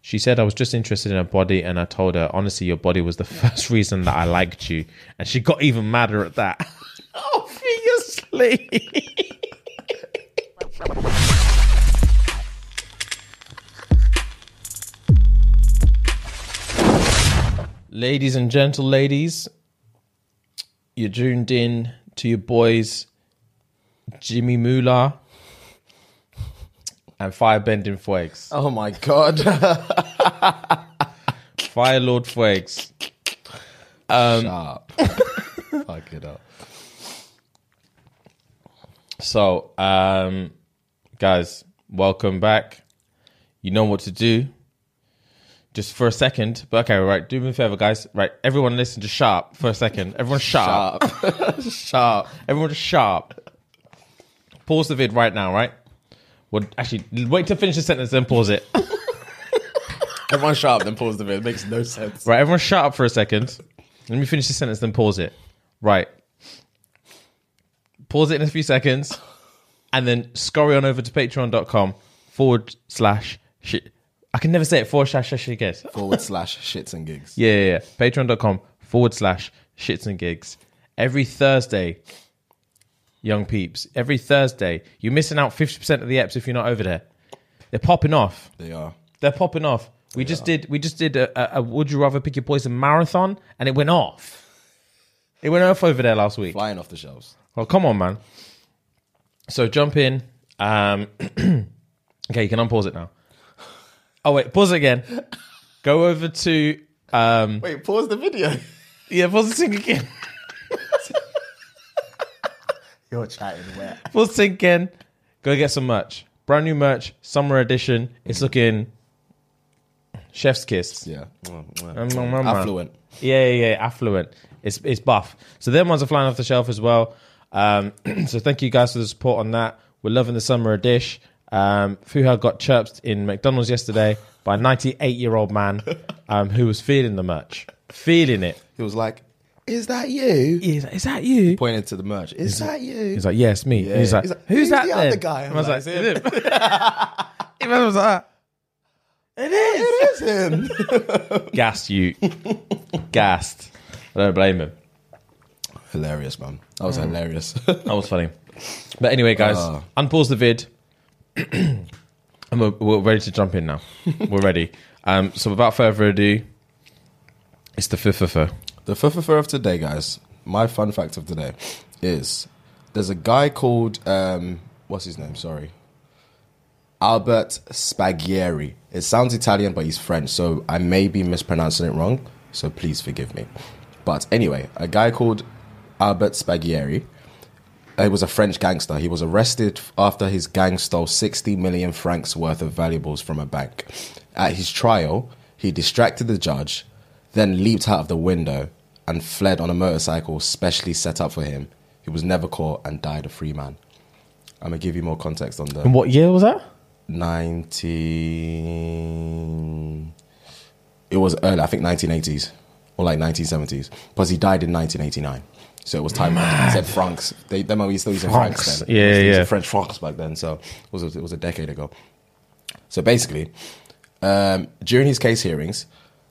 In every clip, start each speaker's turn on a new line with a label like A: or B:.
A: She said, I was just interested in her body, and I told her, honestly, your body was the first reason that I liked you. And she got even madder at that. Obviously. Ladies and gentle ladies, you're tuned in to your boys, Jimmy Moolah and Firebending Fuegs.
B: Oh my god.
A: Fire Lord Fuegs.
B: Sharp. Fuck it up.
A: So, um, guys, welcome back. You know what to do. Just for a second, but okay, right. Do me a favor, guys. Right, everyone, listen to sharp for a second. Everyone, sharp, sharp. Everyone, just sharp. Pause the vid right now, right? Well, actually, wait to finish the sentence, then pause it.
B: Everyone sharp, then pause the bit. Makes no sense.
A: Right, everyone shut up for a second. Let me finish the sentence, then pause it. Right. Pause it in a few seconds and then scurry on over to patreon.com forward slash shit. I can never say it forward slash shit again.
B: Forward slash shits and gigs.
A: Yeah, yeah, yeah. Patreon.com forward slash shits and gigs. Every Thursday, young peeps, every Thursday, you're missing out 50% of the eps if you're not over there. They're popping off
B: They are.
A: they're popping off. We just did we just did a, a, a would you rather pick your poison marathon and it went off. It went off over there last week.
B: Flying off the shelves.
A: Well, come on, man. So jump in. Um, okay, you can unpause it now. Oh wait, pause it again. Go over to um,
B: Mm. Wait, pause the video.
A: yeah, pause the sync again.
B: You're chatting wet.
A: Pause the sync again. Go get some merch. Brand new merch, summer edition. It's looking chef's kiss.
B: Yeah.
A: mm, mm.
B: Affluent.
A: Yeah, yeah, yeah, affluent. It's it's buff. So them ones are flying off the shelf as well. Um, so thank you guys for the support on that. We're loving the summer dish. Um, Fuha got chirped in McDonald's yesterday by a 98 year old man um, who was feeling the merch, feeling it.
B: He was like, Is that you?
A: He's like, Is that you?
B: Pointed to the merch. Is, that you?
A: He's like, yes, me. And He's, like,
B: He's like,
A: who's,
B: "Who's
A: that
B: the
A: then?
B: other guy?
A: And
B: I'm
A: I was like,
B: like,
A: it's him. He was like, it is.
B: It is him.
A: Gassed you. Gassed. I don't blame him.
B: hilarious, man. That was hilarious.
A: That was funny. But anyway, guys,
B: Ah.
A: unpause the vid. and we're, we're ready to jump in now. we're ready. Um, so without further ado, it's the fifth of her.
B: The fifth of of today, guys. My fun fact of today is there's a guy called um, what's his name? Sorry, Albert Spaghieri. It sounds Italian, but he's French, so I may be mispronouncing it wrong. So please forgive me. But anyway, a guy called Albert Spaghieri. He was a French gangster. He was arrested after his gang stole 60 million francs worth of valuables from a bank. At his trial, he distracted the judge, then leaped out of the window and fled on a motorcycle specially set up for him. He was never caught and died a free man. I'm going to give you more context on the
A: What year was that?
B: 19 it was early i think 1980s or like 1970s because he died in 1989 so it was time he said francs they them were still using francs,
A: Francs.
B: then
A: Yeah,
B: They were
A: yeah.
B: using french francs back then so it was a, it was a decade ago so basically um, during his case hearings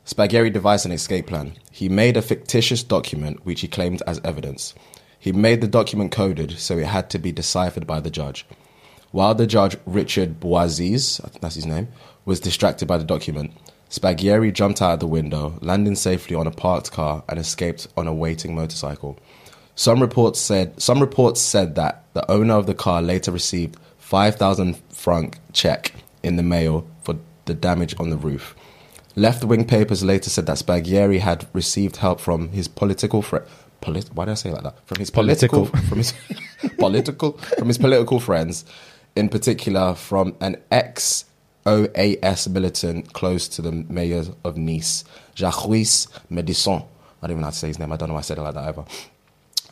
B: spaghetti devised an escape plan he made a fictitious document which he claimed as evidence he made the document coded so it had to be deciphered by the judge while the judge, Richard Boisiz, I think that's his name, was distracted by the document, Spaghieri jumped out of the window, landing safely on a parked car, and escaped on a waiting motorcycle. Some reports said some reports said that the owner of the car later received five thousand franc check in the mail for the damage on the roof. Left wing papers later said that Spaghieri had received help from his political friend. Polit- Why did I say it like that? From his
A: Political.
B: political from his political from his political friends in particular from an ex OAS militant close to the mayor of Nice, Jacques Medisson. I don't even know how to say his name. I don't know why I said it like that either.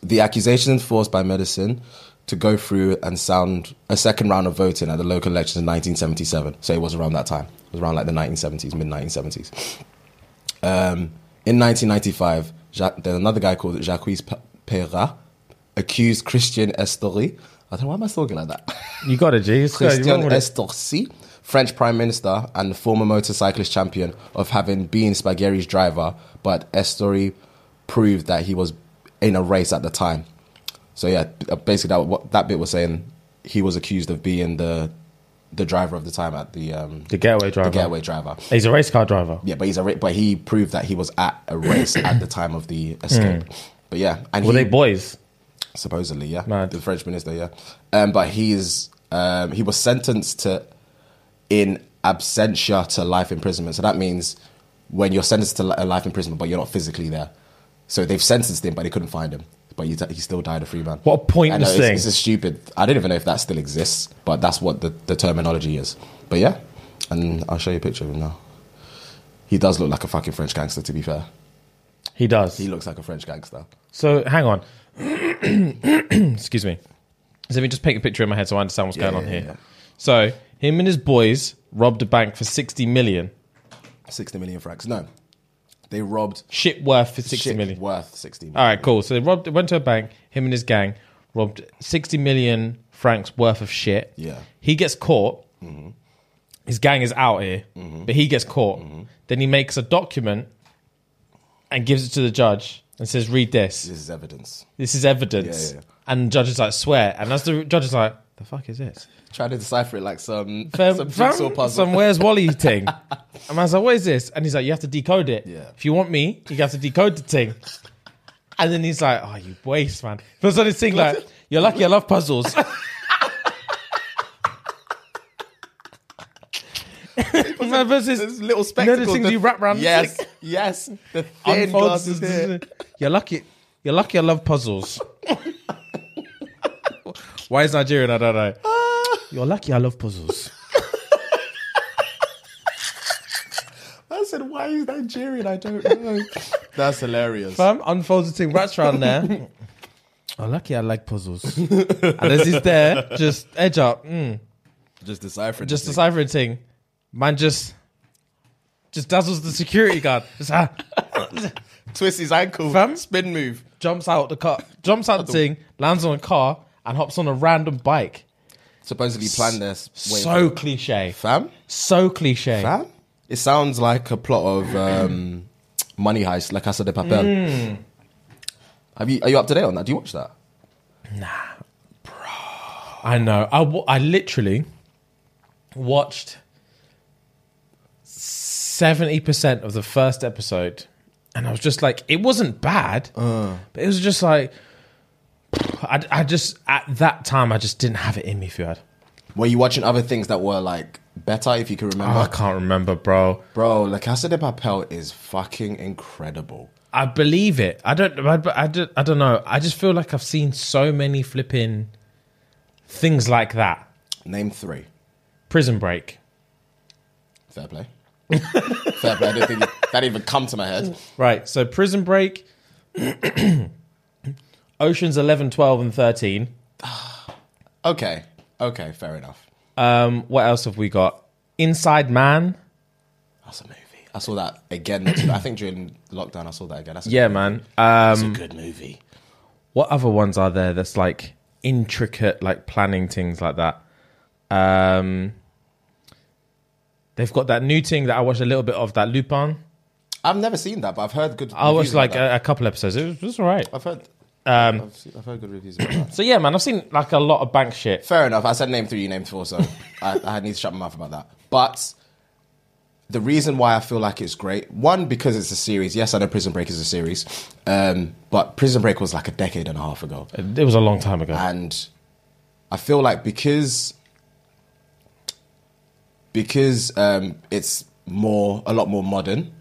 B: The accusation enforced by Medicine to go through and sound a second round of voting at the local elections in 1977. So it was around that time. It was around like the 1970s, mid 1970s. Um, in 1995, Jacques, there's another guy called Jacques Perra accused Christian Estoril. I don't know why am I talking like that.
A: You got it, G. It's good. You
B: Christian
A: went with it.
B: Estorsi, French Prime Minister and former motorcyclist champion, of having been Spaghetti's driver, but Estori proved that he was in a race at the time. So yeah, b- basically that what that bit was saying, he was accused of being the the driver of the time at the um,
A: The getaway
B: the
A: driver.
B: getaway driver.
A: He's a race car driver.
B: Yeah, but he's a ra- but he proved that he was at a race at the time of the escape. But yeah, and
A: Hmm. Were
B: he,
A: they boys?
B: supposedly, yeah,
A: Mad.
B: the French minister, yeah. Um, but he's um, he was sentenced to in absentia to life imprisonment. So that means when you're sentenced to li- a life imprisonment, but you're not physically there. So they've sentenced him, but they couldn't find him. But he, he still died a free man.
A: What a pointless
B: I know, it's-
A: thing.
B: It's, a stupid. I don't even know if that still exists, but that's what the, the terminology is. But yeah, and I'll show you a picture of him now. He does look like a fucking French gangster, to be fair.
A: He does.
B: He looks like a French gangster.
A: So hang on. Excuse me. So let me just paint a picture in my head so I understand what's
B: Yeah,
A: going on
B: yeah,
A: here.
B: yeah.
A: So him and his boys robbed a bank for 60 million.
B: 60 million francs. No, they robbed
A: Shit worth for sixty
B: Shit
A: million.
B: worth 60 million.
A: All right, cool. So they robbed, went to a bank. Him and his gang robbed sixty million francs worth of shit.
B: Yeah. Mm-hmm.
A: he gets caught. His gang is out here, but he gets caught.
B: Mm-hmm.
A: Then he makes a document and gives it to the judge and says, "Read this.
B: This is evidence.
A: This is evidence."
B: Yeah, yeah,
A: And the judge is like, "Swear." And as the judge is like, "The fuck is this?"
B: Trying to decipher it like some,
A: Fam-
B: some
A: fam,
B: jigsaw puzzle.
A: some where's Wally thing. And I was like, what is this? And he's like, you have to decode it.
B: Yeah.
A: If you want me, you have to decode the thing. And then he's like, oh, you waste, man. But so this thing like, you're lucky I love puzzles. Man, versus
B: There's little
A: you know
B: spectacles.
A: the things
B: that-
A: you wrap around the
B: Yes,
A: stick?
B: yes. The thin
A: unfolds.
B: glasses here.
A: You're lucky. You're lucky. I love puzzles. Why is Nigerian? I don't know. You're lucky. I love puzzles.
B: I said, why is Nigerian? I don't know. That's hilarious.
A: Fam unfolds the thing, rats around there. Oh, lucky I like puzzles. and as he's there, just edge up, mm,
B: Just deciphering.
A: just
B: the thing.
A: deciphering thing. Man, just just dazzles the security guard. Just, ah,
B: Twist his ankle.
A: Fam?
B: Spin move.
A: jumps out the car, jumps out the thing, lands on a car, and hops on a random bike.
B: Supposedly planned this. way
A: so cliche,
B: Fam?
A: so cliche.
B: Fam? It sounds like a plot of um, Money Heist, La Casa de Papel.
A: Hmm.
B: Have you, are you up to date on that? Do you watch that?
A: I know. I wa- I literally watched seventy percent of the first episode, and I was just like, it wasn't bad, but it was just like, I, I just at that time I just didn't have it in me, Fuad.
B: Were you watching other things that were like better, if you can remember?
A: Oh, I can't remember, bro.
B: Bro, La Casa de Papel is fucking incredible.
A: I believe it. I don't. I, I, don't, I don't know. I just feel like I've seen so many flipping things like that.
B: Name three.
A: Prison Break,
B: Fair play. Fair play. I didn't think that even come to my head.
A: Right, so Prison Break, Oceans 11, 12, and 13.
B: Okay. Okay. Fair enough.
A: Um, what else have we got? Inside Man.
B: That's a movie. I saw that again. I think during lockdown, I saw that again. That's a
A: Yeah,
B: good-
A: man. Um,
B: That's a good movie.
A: what other ones are there that's like intricate, like planning things like that? Um, they've got that new thing that I watched a little bit of, that Lupin.
B: I've never seen that, but I've heard good.
A: I watched
B: reviews about
A: like uh,
B: that.
A: a, a couple episodes. It was, it was all right.
B: I've heard. Um, I've, seen, I've heard good reviews about that.
A: So, yeah, man, I've seen like a lot of bank shit.
B: Fair enough. I said name three, you named four, so I, I need to shut my mouth about that. But the reason why I feel like it's great, one, because it's a series. Yes, I know Prison Break is a series, um, but Prison Break was like a decade and a half ago.
A: It was a long time ago.
B: And I feel like because because um, it's more a lot more modern,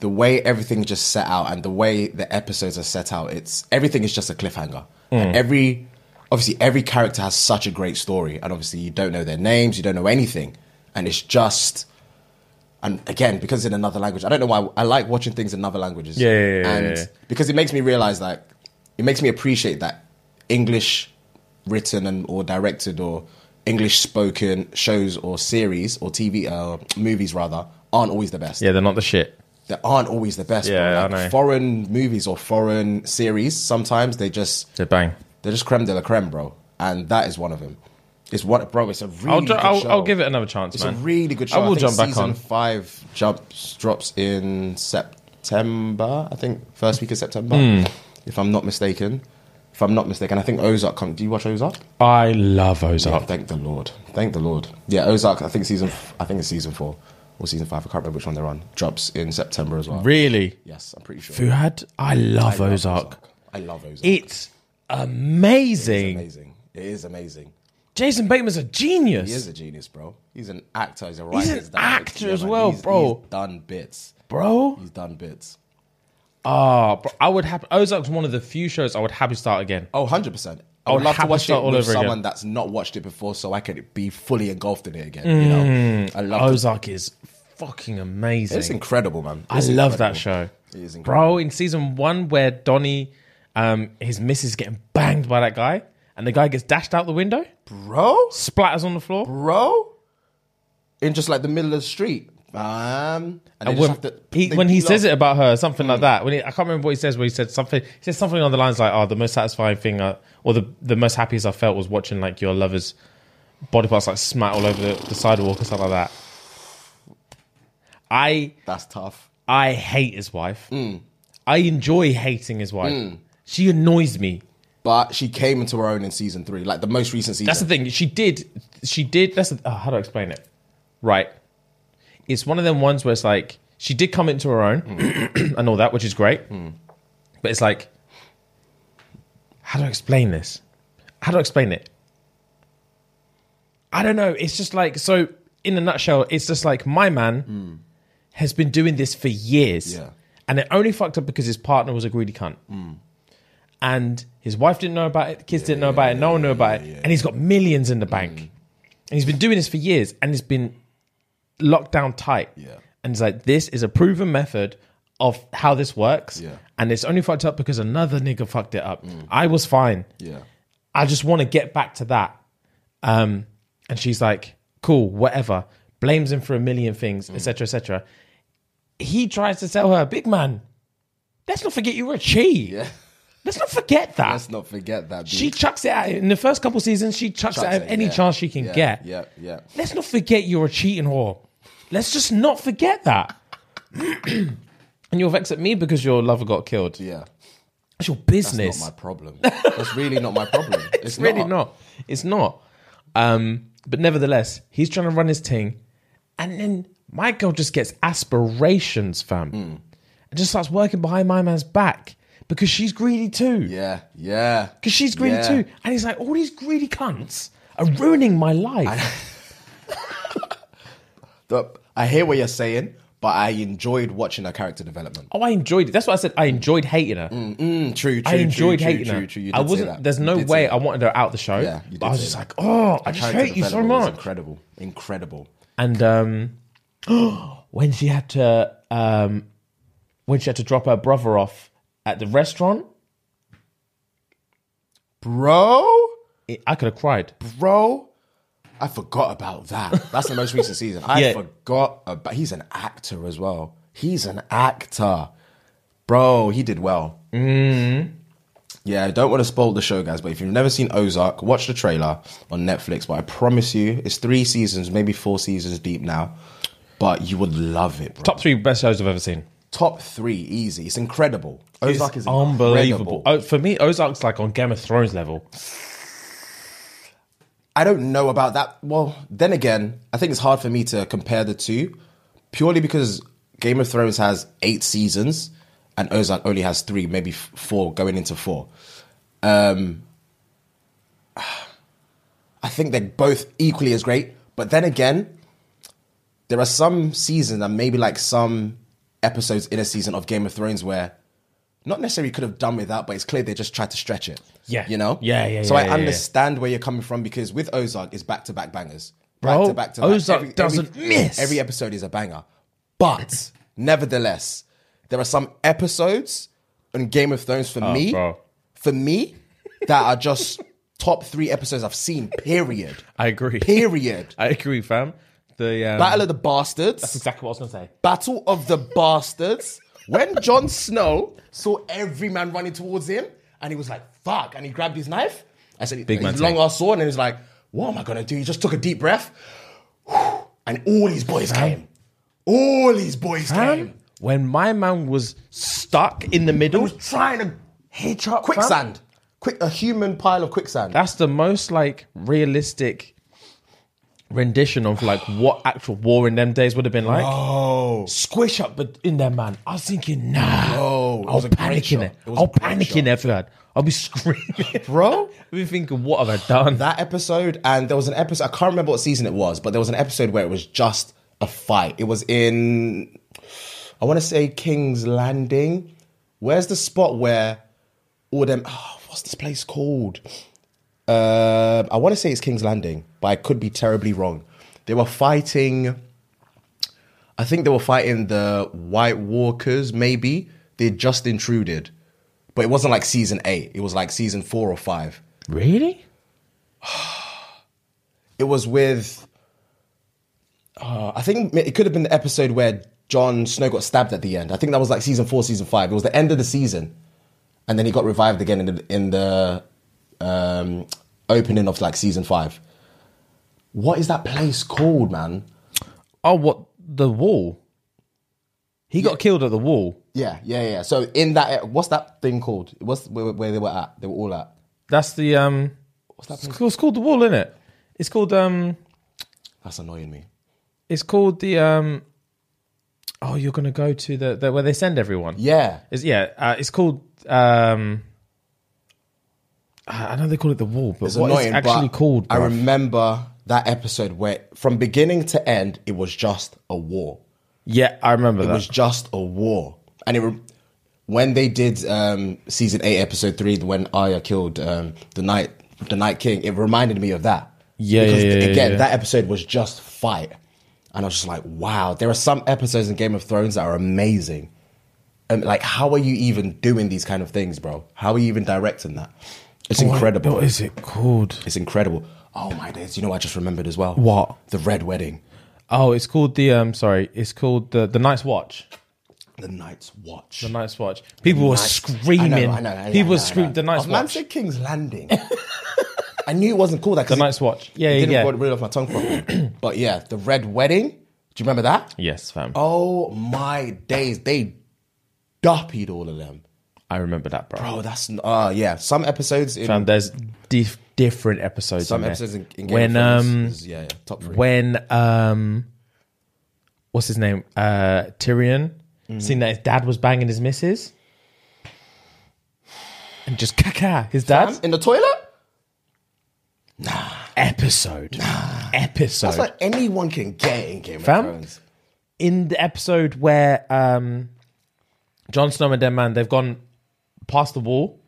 B: the way everything's just
A: Hmm.
B: set out and the way the episodes are set out, it's everything is just a cliffhanger. And every obviously every character has such a great story, and obviously you don't know their names, you don't know anything, and it's just. And again, because in another language, I don't know why I like watching things in other languages.
A: Yeah, yeah, yeah,
B: and
A: yeah, yeah.
B: because it makes me realize that it makes me appreciate that English written and or directed or English spoken shows or series or TV uh, movies rather aren't always the best
A: Yeah, they're not the shit.
B: that aren't always the best.
A: Yeah,
B: bro.
A: I
B: like
A: know.
B: Foreign movies or foreign series, sometimes they just
A: They're bang.
B: they're just creme de la creme, bro. And that is one of them. It's what, bro. It's a really.
A: I'll, ju-
B: good
A: I'll,
B: show.
A: I'll give it another chance,
B: It's
A: man.
B: a really good show.
A: I will
B: think
A: jump back
B: season
A: on.
B: Five jumps drops in September. I think first week of September,
A: Hmm.
B: if I'm not mistaken. If I'm not mistaken, I think Ozark. Come, do you watch Ozark?
A: I love Ozark.
B: Oh, thank the Lord. Thank the Lord. Yeah, Ozark. I think season. I think it's season four or season five. I can't remember which one they're on. Drops in September as well.
A: Really?
B: Yes, I'm pretty sure.
A: Fuhad, I love
B: I love
A: Ozark.
B: I love Ozark.
A: It's amazing.
B: It's amazing. It is amazing.
A: Jason Bateman's a genius.
B: He is a genius, bro. He's an actor. He's a writer.
A: He's an
B: done bits.
A: actor as well, bro.
B: He's done bits.
A: Bro.
B: He's done bits.
A: Ah, bro, I would have Ozark's one of the few shows I would happy start again.
B: Oh, 100%. I
A: I
B: would
A: would
B: love to
A: happily
B: watch it
A: start all
B: with
A: over again.
B: someone that's not watched it before so I could be fully engulfed in it again. You know?
A: Mm.
B: I love it.
A: Ozark is fucking amazing.
B: It's incredible, man.
A: I
B: It's
A: love that
B: incredible.
A: show.
B: It is incredible.
A: Bro, in season one where Donnie, um, his missus getting banged by that guy, and the guy gets dashed out the window,
B: Bro?
A: splatters on the floor.
B: Bro? In just like the middle of the street. Um, and they
A: And
B: just
A: when
B: have to-
A: he,
B: they
A: when he
B: love-
A: says it about her, something
B: Mm.
A: like that. When he, I can't remember what he says, where he said something. He says something on the lines like, "Oh, the most satisfying thing, I, or the the most happiest I felt was watching like your lover's body parts like smat all over the, the sidewalk or something like that." I
B: That's tough.
A: I hate his wife.
B: Mm.
A: I enjoy hating his wife. She annoys me.
B: But she came into her own in season three, like the most recent season.
A: That's the thing. She did. She did. That's the, oh, how do I explain it? Right. It's one of them ones where it's like she did come into her own and all that, which is great. But it's like, how do I explain this? How do I explain it? I don't know. It's just like so. In a nutshell, it's just like my man has been doing this for years,
B: Hmm. Yeah. Hmm.
A: and it only fucked up because his partner was a greedy cunt and his wife didn't know about it, the kids didn't know about it, no one knew about it, and he's got millions in the bank.
B: Hmm.
A: And he's been doing this for years and he's been locked down tight.
B: Yeah.
A: And it's like, this is a proven method of how this works.
B: Yeah. Mm.
A: And it's only fucked up because another nigga fucked it up. I was fine.
B: Yeah.
A: I just want to get back to that. Um, and she's like, cool, whatever. Blames him for a million things,
B: Mm.
A: etc., etc. He tries to tell her, big man, let's not forget you were a chi. Yeah. Let's not forget that.
B: Let's not forget that.
A: She
B: dude.
A: chucks it at him. In the first couple seasons, she chucks, it
B: Chucks
A: at him
B: it,
A: any
B: yeah,
A: chance she can
B: yeah,
A: get.
B: Yeah, yeah.
A: Let's not forget you're a cheating whore. Let's just not forget that. and you're vexed at me because your lover got killed.
B: Yeah.
A: That's your
B: That's
A: business.
B: not my problem. That's really not my problem. It's,
A: it's really not. It's not. Um, but nevertheless, he's trying to run his ting, and then my girl just gets aspirations, fam,
B: Hmm.
A: and just starts working behind my man's back because she's greedy too.
B: Yeah, yeah.
A: Because she's greedy
B: Yeah.
A: too. And he's like, all these greedy cunts are ruining my life.
B: The- I hear what you're saying, but I enjoyed watching her character development.
A: oh, I enjoyed it. That's what I said. I enjoyed hating her.
B: Mm, true, true.
A: I enjoyed
B: true,
A: hating
B: true,
A: her.
B: True, true. You
A: I
B: did say
A: wasn't.
B: that.
A: There's
B: You
A: no
B: did say
A: way
B: that.
A: I wanted her out the show.
B: Yeah, you did
A: but I was
B: say
A: just
B: that.
A: like, oh, I
B: Her
A: just
B: character
A: hate you so
B: development was
A: much.
B: Incredible, incredible.
A: and um, when she had to um, when she had to drop her brother off at the restaurant,
B: Bro,
A: it, I could have cried.
B: bro, I forgot about that. That's the most recent season. I
A: Yeah.
B: forgot about. He's an actor as well. He's an actor, bro. He did well.
A: Mm-hmm.
B: Yeah, I don't want to spoil the show, guys, but if you've never seen Ozark, watch the trailer on Netflix. But I promise you, it's three seasons, maybe four seasons deep now. But you would love it, bro.
A: Top three best shows I've ever seen.
B: Top three, easy. It's incredible. Ozark
A: It's
B: is
A: unbelievable.
B: unbelievable.
A: Oh, for me, Ozark's like on Game of Thrones level.
B: I don't know about that. Well, then again, I think it's hard for me to compare the two purely because Game of Thrones has eight seasons and Ozark only has three, maybe f- four going into four. Um, I think they're both equally as great. But then again, there are some seasons and maybe like some episodes in a season of Game of Thrones where not necessarily could have done without, but it's clear they just tried to stretch it.
A: Yeah.
B: You know?
A: Yeah, yeah,
B: So
A: yeah,
B: I
A: yeah, yeah.
B: understand where you're coming from because with Ozark, it's back to back bangers. Back
A: Bro,
B: to back to back.
A: Ozark doesn't miss.
B: Every episode is a banger. But nevertheless, there are some episodes on Game of Thrones for me,
A: Oh, bro.
B: for me, that are just top three episodes I've seen, period.
A: I agree.
B: Period.
A: I agree, fam. The um,
B: Battle of the Bastards.
A: exactly what I was gonna say.
B: Battle of the Bastards. When Jon Snow saw every man running towards him, and he was like, "Fuck!" and he grabbed his knife. I said,
A: Big
B: "Big
A: man
B: his long
A: take.
B: ass sword," and he was like, "What am I gonna do?" He just took a deep breath, and all these boys came. All these boys
A: Fam,
B: came.
A: when my man was stuck in the
B: He
A: middle,
B: was trying to
A: hitch up, fam.
B: quicksand, quick a human pile of quicksand.
A: That's the most like realistic rendition of like what actual war in them days would have been like.
B: oh,
A: Squish up but in there, man. I was thinking, nah.
B: Bro, it
A: I'll
B: was a great
A: panic in
B: shot.
A: it.
B: It was a
A: I'll
B: great
A: panic
B: shot.
A: in everyone. I'll be screaming.
B: Bro.
A: I'll be thinking, what have I done?
B: that episode, and there was an episode. I can't remember what season it was, but there was an episode where it was just a fight. It was in, I want to say King's Landing. Where's the spot where all them? Oh, what's this place called? Um, I want to say it's King's Landing, but I could be terribly wrong. They were fighting. I think they were fighting the White Walkers. Maybe they just intruded, but it wasn't like season eight. It was like season four or five.
A: really?
B: It was with. Uh, I think it could have been the episode where Jon Snow got stabbed at the end. I think that was like season four, season five. It was the end of the season, and then he got revived again in the in the um, opening of like season five. What is that place called, man?
A: Oh, what? The wall? He got killed at the wall.
B: Yeah, yeah, yeah. So in that, what's that thing called? What's where, where they were at? They were all at.
A: That's the um. What's that? It's called, it's called the wall, isn't it? It's called um.
B: That's annoying me.
A: It's called the um. Oh, you're gonna go to the, the where they send everyone.
B: Yeah,
A: It's, yeah, uh, it's called. Um, I I know they call it the wall, but
B: It's
A: what
B: annoying,
A: it's actually
B: but
A: called?
B: I
A: bruv?
B: remember that episode where, from beginning to end, it was just a war.
A: yeah, I remember
B: It
A: that.
B: was just a war, and it re- when they did um, season eight, episode three, when Arya killed um, the night, the Night King. It reminded me of that.
A: Yeah,
B: because
A: yeah, yeah, yeah,
B: again,
A: yeah.
B: that episode was just fight, and I was just like, wow. There are some episodes in Game of Thrones that are amazing. And like, how are you even doing these kind of things, bro? How are you even directing that? It's incredible.
A: What is it called?
B: It's incredible. Oh my days! You know, what I just remembered as well.
A: What?
B: The Red Wedding,
A: Oh, it's called the um. Sorry, it's called the the Night's Watch.
B: the Night's Watch.
A: The Night's Watch. People were screaming.
B: I know, I know, I know,
A: People were
B: I know, I
A: screaming.
B: know.
A: The Night's
B: Oh, Man
A: Watch.
B: said King's Landing. I knew it wasn't called that. 'cause
A: The
B: it-
A: Night's Watch. Yeah,
B: it
A: yeah,
B: Didn't
A: yeah.
B: rid of my tongue properly. but yeah, the Red Wedding. Do you remember that?
A: yes, fam.
B: Oh my days! They duppied all of them.
A: I remember that, bro.
B: Oh, that's uh yeah. Some episodes in
A: Fam, there's dif- different episodes.
B: some
A: in there.
B: episodes in, in Game
A: when
B: of Thrones
A: um
B: is- yeah, yeah top three.
A: when um what's his name uh Tyrion
B: Mm.
A: seeing that his dad was banging his missus and just caca his dad
B: in the toilet.
A: episode episode
B: That's like anyone can get in Game
A: Fam?
B: of Thrones.
A: in the episode where um Jon Snow and them man they've gone past the wall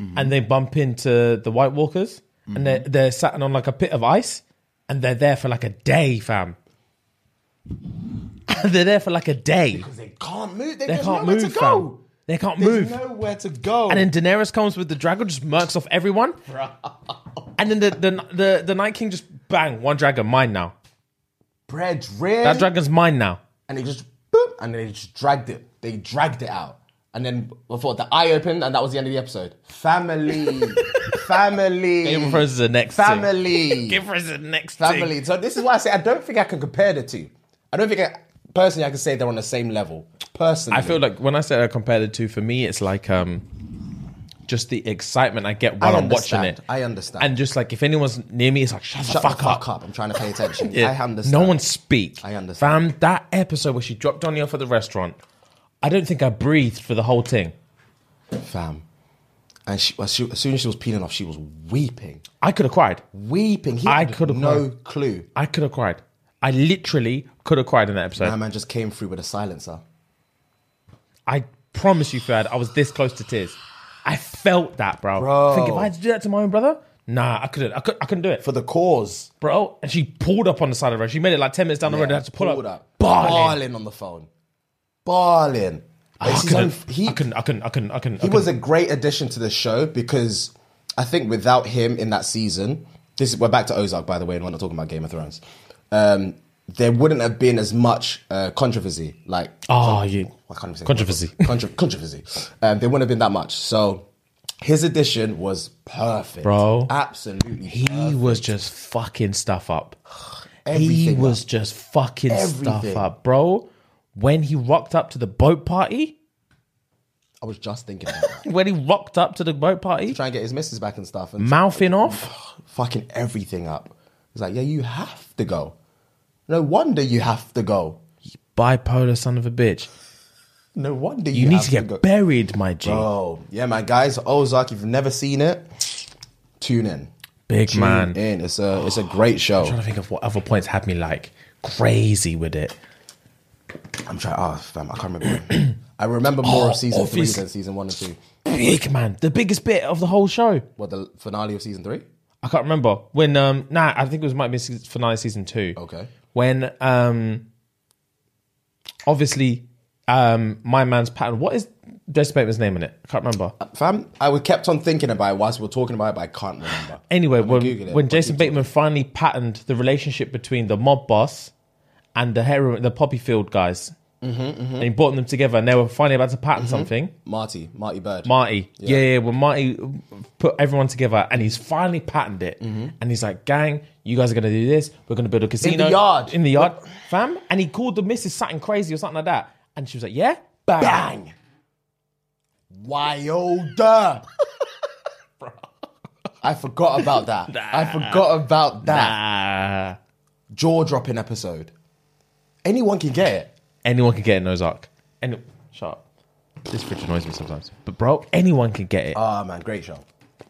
B: Mm-hmm.
A: and they bump into the White Walkers and they're they're sat on like a pit of ice and they're there for like a day fam they're there for like a day
B: They can't move. They,
A: They
B: there's
A: can't
B: nowhere
A: move.
B: to go.
A: Fam. They can't move.
B: There's nowhere to go.
A: and then Daenerys comes with the dragon, just murks off everyone. And then the, the the the Night King just bang one dragon, mine now.
B: bread
A: That dragon's mine now.
B: and they just boop, and they just dragged it. They dragged it out. And then before the eye opened, and that was the end of the episode. Family, family,
A: Game of Thrones is the next
B: family,
A: Give us the next
B: family.
A: thing.
B: So this is why I say I don't think I can compare the two. I don't think I, personally I can say they're on the same level. Personally,
A: I feel like when I say I compare the two, for me, it's like um, just the excitement I get while
B: I
A: I'm watching
B: understand.
A: it.
B: I understand.
A: And just like if anyone's near me, it's like shut,
B: shut
A: the fuck up.
B: I'm trying to pay attention.
A: Yeah.
B: I understand.
A: No one speak.
B: I understand.
A: Fam, that episode where she dropped Donnie off at the restaurant, I don't think I breathed for the whole thing.
B: fam. And she, as, she, as soon as she was peeling off, she was weeping,
A: I could have cried.
B: weeping. He
A: I
B: had
A: could've
B: no
A: cried.
B: clue.
A: I could have cried. I literally could have cried in that episode.
B: That man just came through with a silencer.
A: I promise you, Fad, I was this close to tears. I felt that, bro.
B: Bro.
A: I think if I had to do that to my own brother, nah, I couldn't. I, could, I couldn't do it.
B: for the cause.
A: bro, and she pulled up on the side of the road. She made it like 10 minutes down the road and had to pull up.
B: Pulled
A: Barling.
B: Barling on the phone. Barling.
A: I
B: It's his
A: couldn't,
B: own- he-
A: I couldn't, I couldn't, I couldn't, I couldn't. I
B: he
A: couldn't.
B: was a great addition to the show because I think without him in that season, this is, we're back to Ozark by the way, and we're not talking about Game of Thrones. Um, there wouldn't have been as much uh, controversy, like
A: Oh, yeah.
B: I can't even say
A: Controversy.
B: Contro- controversy. Um, there wouldn't have been that much. So his addition was perfect,
A: Bro.
B: Absolutely,
A: He was just fucking stuff up. he
B: Everything
A: was just fucking stuff
B: Everything.
A: up, bro. When he rocked up to the boat party,
B: I was just thinking, about that.
A: when he rocked up to the boat party,
B: trying to get his missus back and stuff, and
A: mouthing off,
B: fucking everything up. It's like, yeah, you have to go. No wonder you have to go.
A: bipolar son of a bitch.
B: No wonder you,
A: You, need
B: have
A: to get
B: go.
A: buried, my G.
B: Oh, yeah, my guys, Ozark. If you've never seen it, tune in.
A: Big
B: Tune
A: man.
B: in. It's a it's a great show.
A: trying to think of what other points had me like crazy with it.
B: I'm trying. Oh, fam, I can't remember. I remember more
A: Oh,
B: of season
A: obvious-
B: three than season one and two.
A: Big man, the biggest bit of the whole show.
B: What the finale of season three?
A: I can't remember when. Um, nah, I think it was might be se- finale season two.
B: Okay.
A: When um, obviously, um, my man's pattern. What is Jason Bateman's name in it? I can't remember.
B: Fam, I would kept on thinking about it whilst we were talking about it, but I can't remember.
A: Anyway,
B: I'm gonna Google
A: when
B: it.
A: when
B: What
A: Jason
B: keep talking.
A: Bateman finally patterned the relationship between the mob boss and the heroin, the poppy field guys,
B: Mm-hmm,
A: and he brought them together, and they were finally about to pattern something.
B: Marty, Marty Bird,
A: Marty. Yeah. yeah, When Marty put everyone together and he's finally patterned it.
B: Mm-hmm.
A: And he's like, gang, you guys are going to do this. We're going to build a casino.
B: yard.
A: In the yard. Fam. And he called the missus something crazy or something like that. And she was like, yeah? Bang.
B: bang, wilder. I forgot about that. I forgot about that.
A: Ah.
B: jaw dropping episode. Anyone can get it.
A: Anyone can get an Ozark. Any- Shut up. This fridge annoys me sometimes. But bro, anyone can get it.
B: Ah man, great show.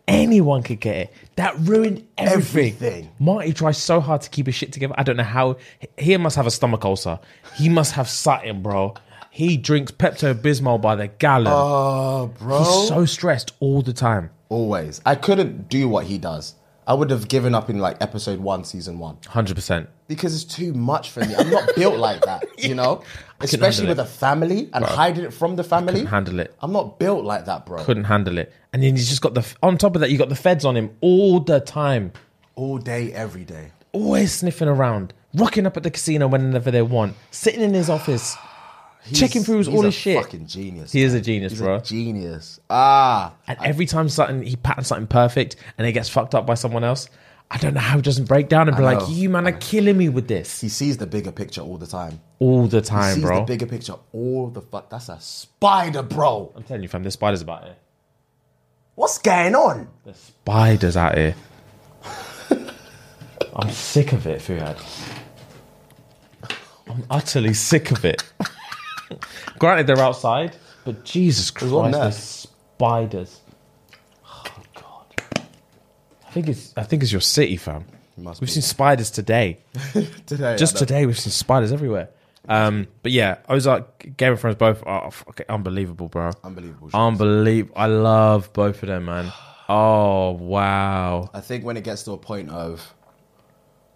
A: anyone could get it. That ruined everything.
B: Everything.
A: Marty tries so hard to keep his shit together. I don't know how. He must have a stomach ulcer. He must have something, bro. He drinks Pepto Bismol by the gallon. Uh,
B: Oh, bro.
A: He's so stressed all the time.
B: Always. I couldn't do what he does. I would have given up in like episode one, season one,
A: 100%.
B: because it's too much for me. I'm not built like that, you know? Especially with
A: handle
B: a family and hiding it from the family.
A: handle it.
B: I'm not built like that, bro.
A: Couldn't handle it. And then he's just got the. On top of that, you got the feds on him all the time.
B: All day, every day.
A: Always sniffing around, rocking up at the casino whenever they want, sitting in his office, checking through his,
B: He's
A: all
B: a
A: his shit.
B: Fucking genius.
A: He is a
B: man.
A: genius,
B: He's
A: bro.
B: A genius. Ah,
A: And every time something he patterns something perfect and it gets fucked up by someone else, I don't know how he doesn't break down and be like,
B: know.
A: "You man are killing me with this
B: he sees the bigger picture all the time.
A: all the time,
B: sees
A: bro."
B: the bigger picture all the fuck. That's a spider, bro.
A: I'm telling you, fam, there's spiders about here.
B: What's going on?
A: There's spiders out here. I'm sick of it, Fuad. I'm utterly sick of it. Granted, they're outside, but Jesus
B: on
A: Christ,
B: there.
A: there's spiders. Oh God. I think it's I think it's your city, fam.
B: must
A: We've
B: be.
A: seen spiders today.
B: Today,
A: just
B: I know.
A: today we've seen spiders everywhere. Um, but yeah, Ozark, Game of Thrones, both are fucking unbelievable, bro.
B: Unbelievable shows.
A: Unbelievable. I love both of them, man. Oh wow.
B: I think when it gets to a point of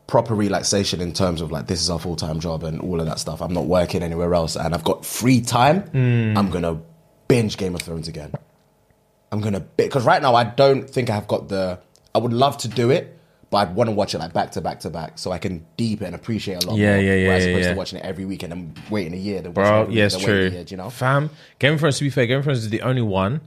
B: proper relaxation in terms of like this is our full time job and all of that stuff. I'm not working anywhere else and I've got free time.
A: Hmm.
B: I'm gonna binge Game of Thrones again. I'm gonna because right now I don't think I've got the. I would love to do it, but I'd want to watch it like back to back to back so I can deep it and appreciate it a lot.
A: Yeah,
B: more,
A: yeah, yeah,
B: As
A: yeah,
B: opposed
A: yeah.
B: to watching it every week and then waiting a year. Then watching it
A: Bro,
B: every week,
A: yes,
B: then
A: true.
B: Waiting a year, do you know,
A: Fam, Game of Thrones, to be fair, Game of Thrones is the only one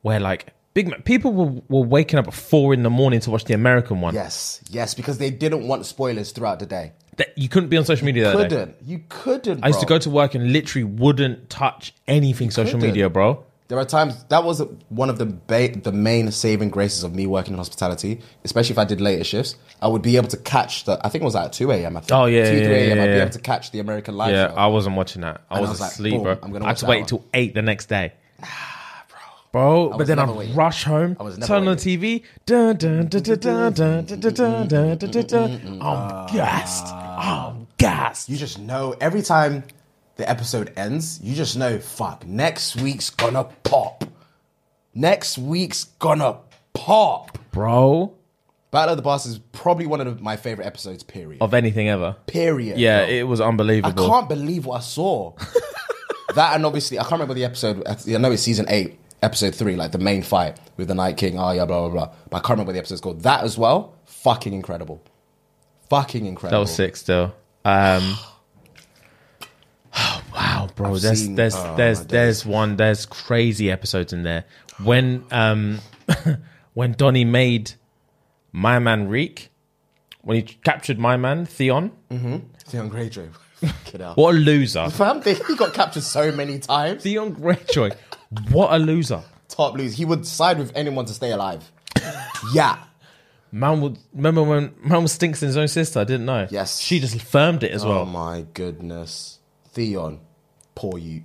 A: where like big ma- people were, were waking up at four in the morning to watch the American one.
B: Yes, yes, because they didn't want spoilers throughout the day.
A: That you couldn't be on social media that day.
B: Couldn't you? Couldn't.
A: I used to
B: bro.
A: go to work and literally wouldn't touch anything social
B: couldn't.
A: media, bro.
B: There are times that was one of the ba- the main saving graces of me working in hospitality, especially if I did later shifts. I would be able to catch the. I think it was at two a.m. I think.
A: Oh, yeah,
B: two
A: yeah,
B: three a.m.
A: yeah,
B: I'd be
A: yeah.
B: able to catch the American Life.
A: Yeah,
B: show.
A: I wasn't watching that. I
B: And
A: was,
B: I was like,
A: asleep,
B: boom,
A: bro.
B: I'm gonna
A: I had to
B: watch that
A: wait
B: one.
A: till eight the next day. Bro, but
B: was
A: then I
B: never waiting.
A: rush home,
B: I was never
A: turn on the
B: waiting.
A: TV. Dun, dun, dun, dun, dun, dun, dun, dun, dun, dun, dun, dun, dun. I'm gassed. I'm gassed.
B: you just know every time the episode ends, you just know, fuck, next week's gonna pop. Next week's gonna pop.
A: bro,
B: Battle of the Bastards is probably one of my favorite episodes, period.
A: of anything ever.
B: period.
A: Yeah,
B: bro.
A: it was
B: I
A: unbelievable.
B: can't believe what I saw. that and obviously, I can't remember the episode. I know it's season eight, episode three, like the main fight with the Night King. Oh yeah, blah blah blah. But I can't remember the episode's called. That as well, fucking incredible, fucking
A: That
B: incredible.
A: was sick still. Um oh, Wow, bro. there's
B: seen-
A: there's
B: oh,
A: there's
B: my days.
A: there's one there's crazy episodes in there. When um when Donnie made my man Reek, when he captured my man Theon,
B: Theon Greyjoy, fucking hell.
A: what a loser.
B: Fam, he got captured so many times.
A: Theon Greyjoy, what a loser.
B: Top lose. He would side with anyone to stay alive. yeah.
A: Man would remember when man was stinks in his own sister. I didn't know.
B: Yes.
A: she just firmed it as
B: Oh
A: well.
B: my goodness, Theon, poor you.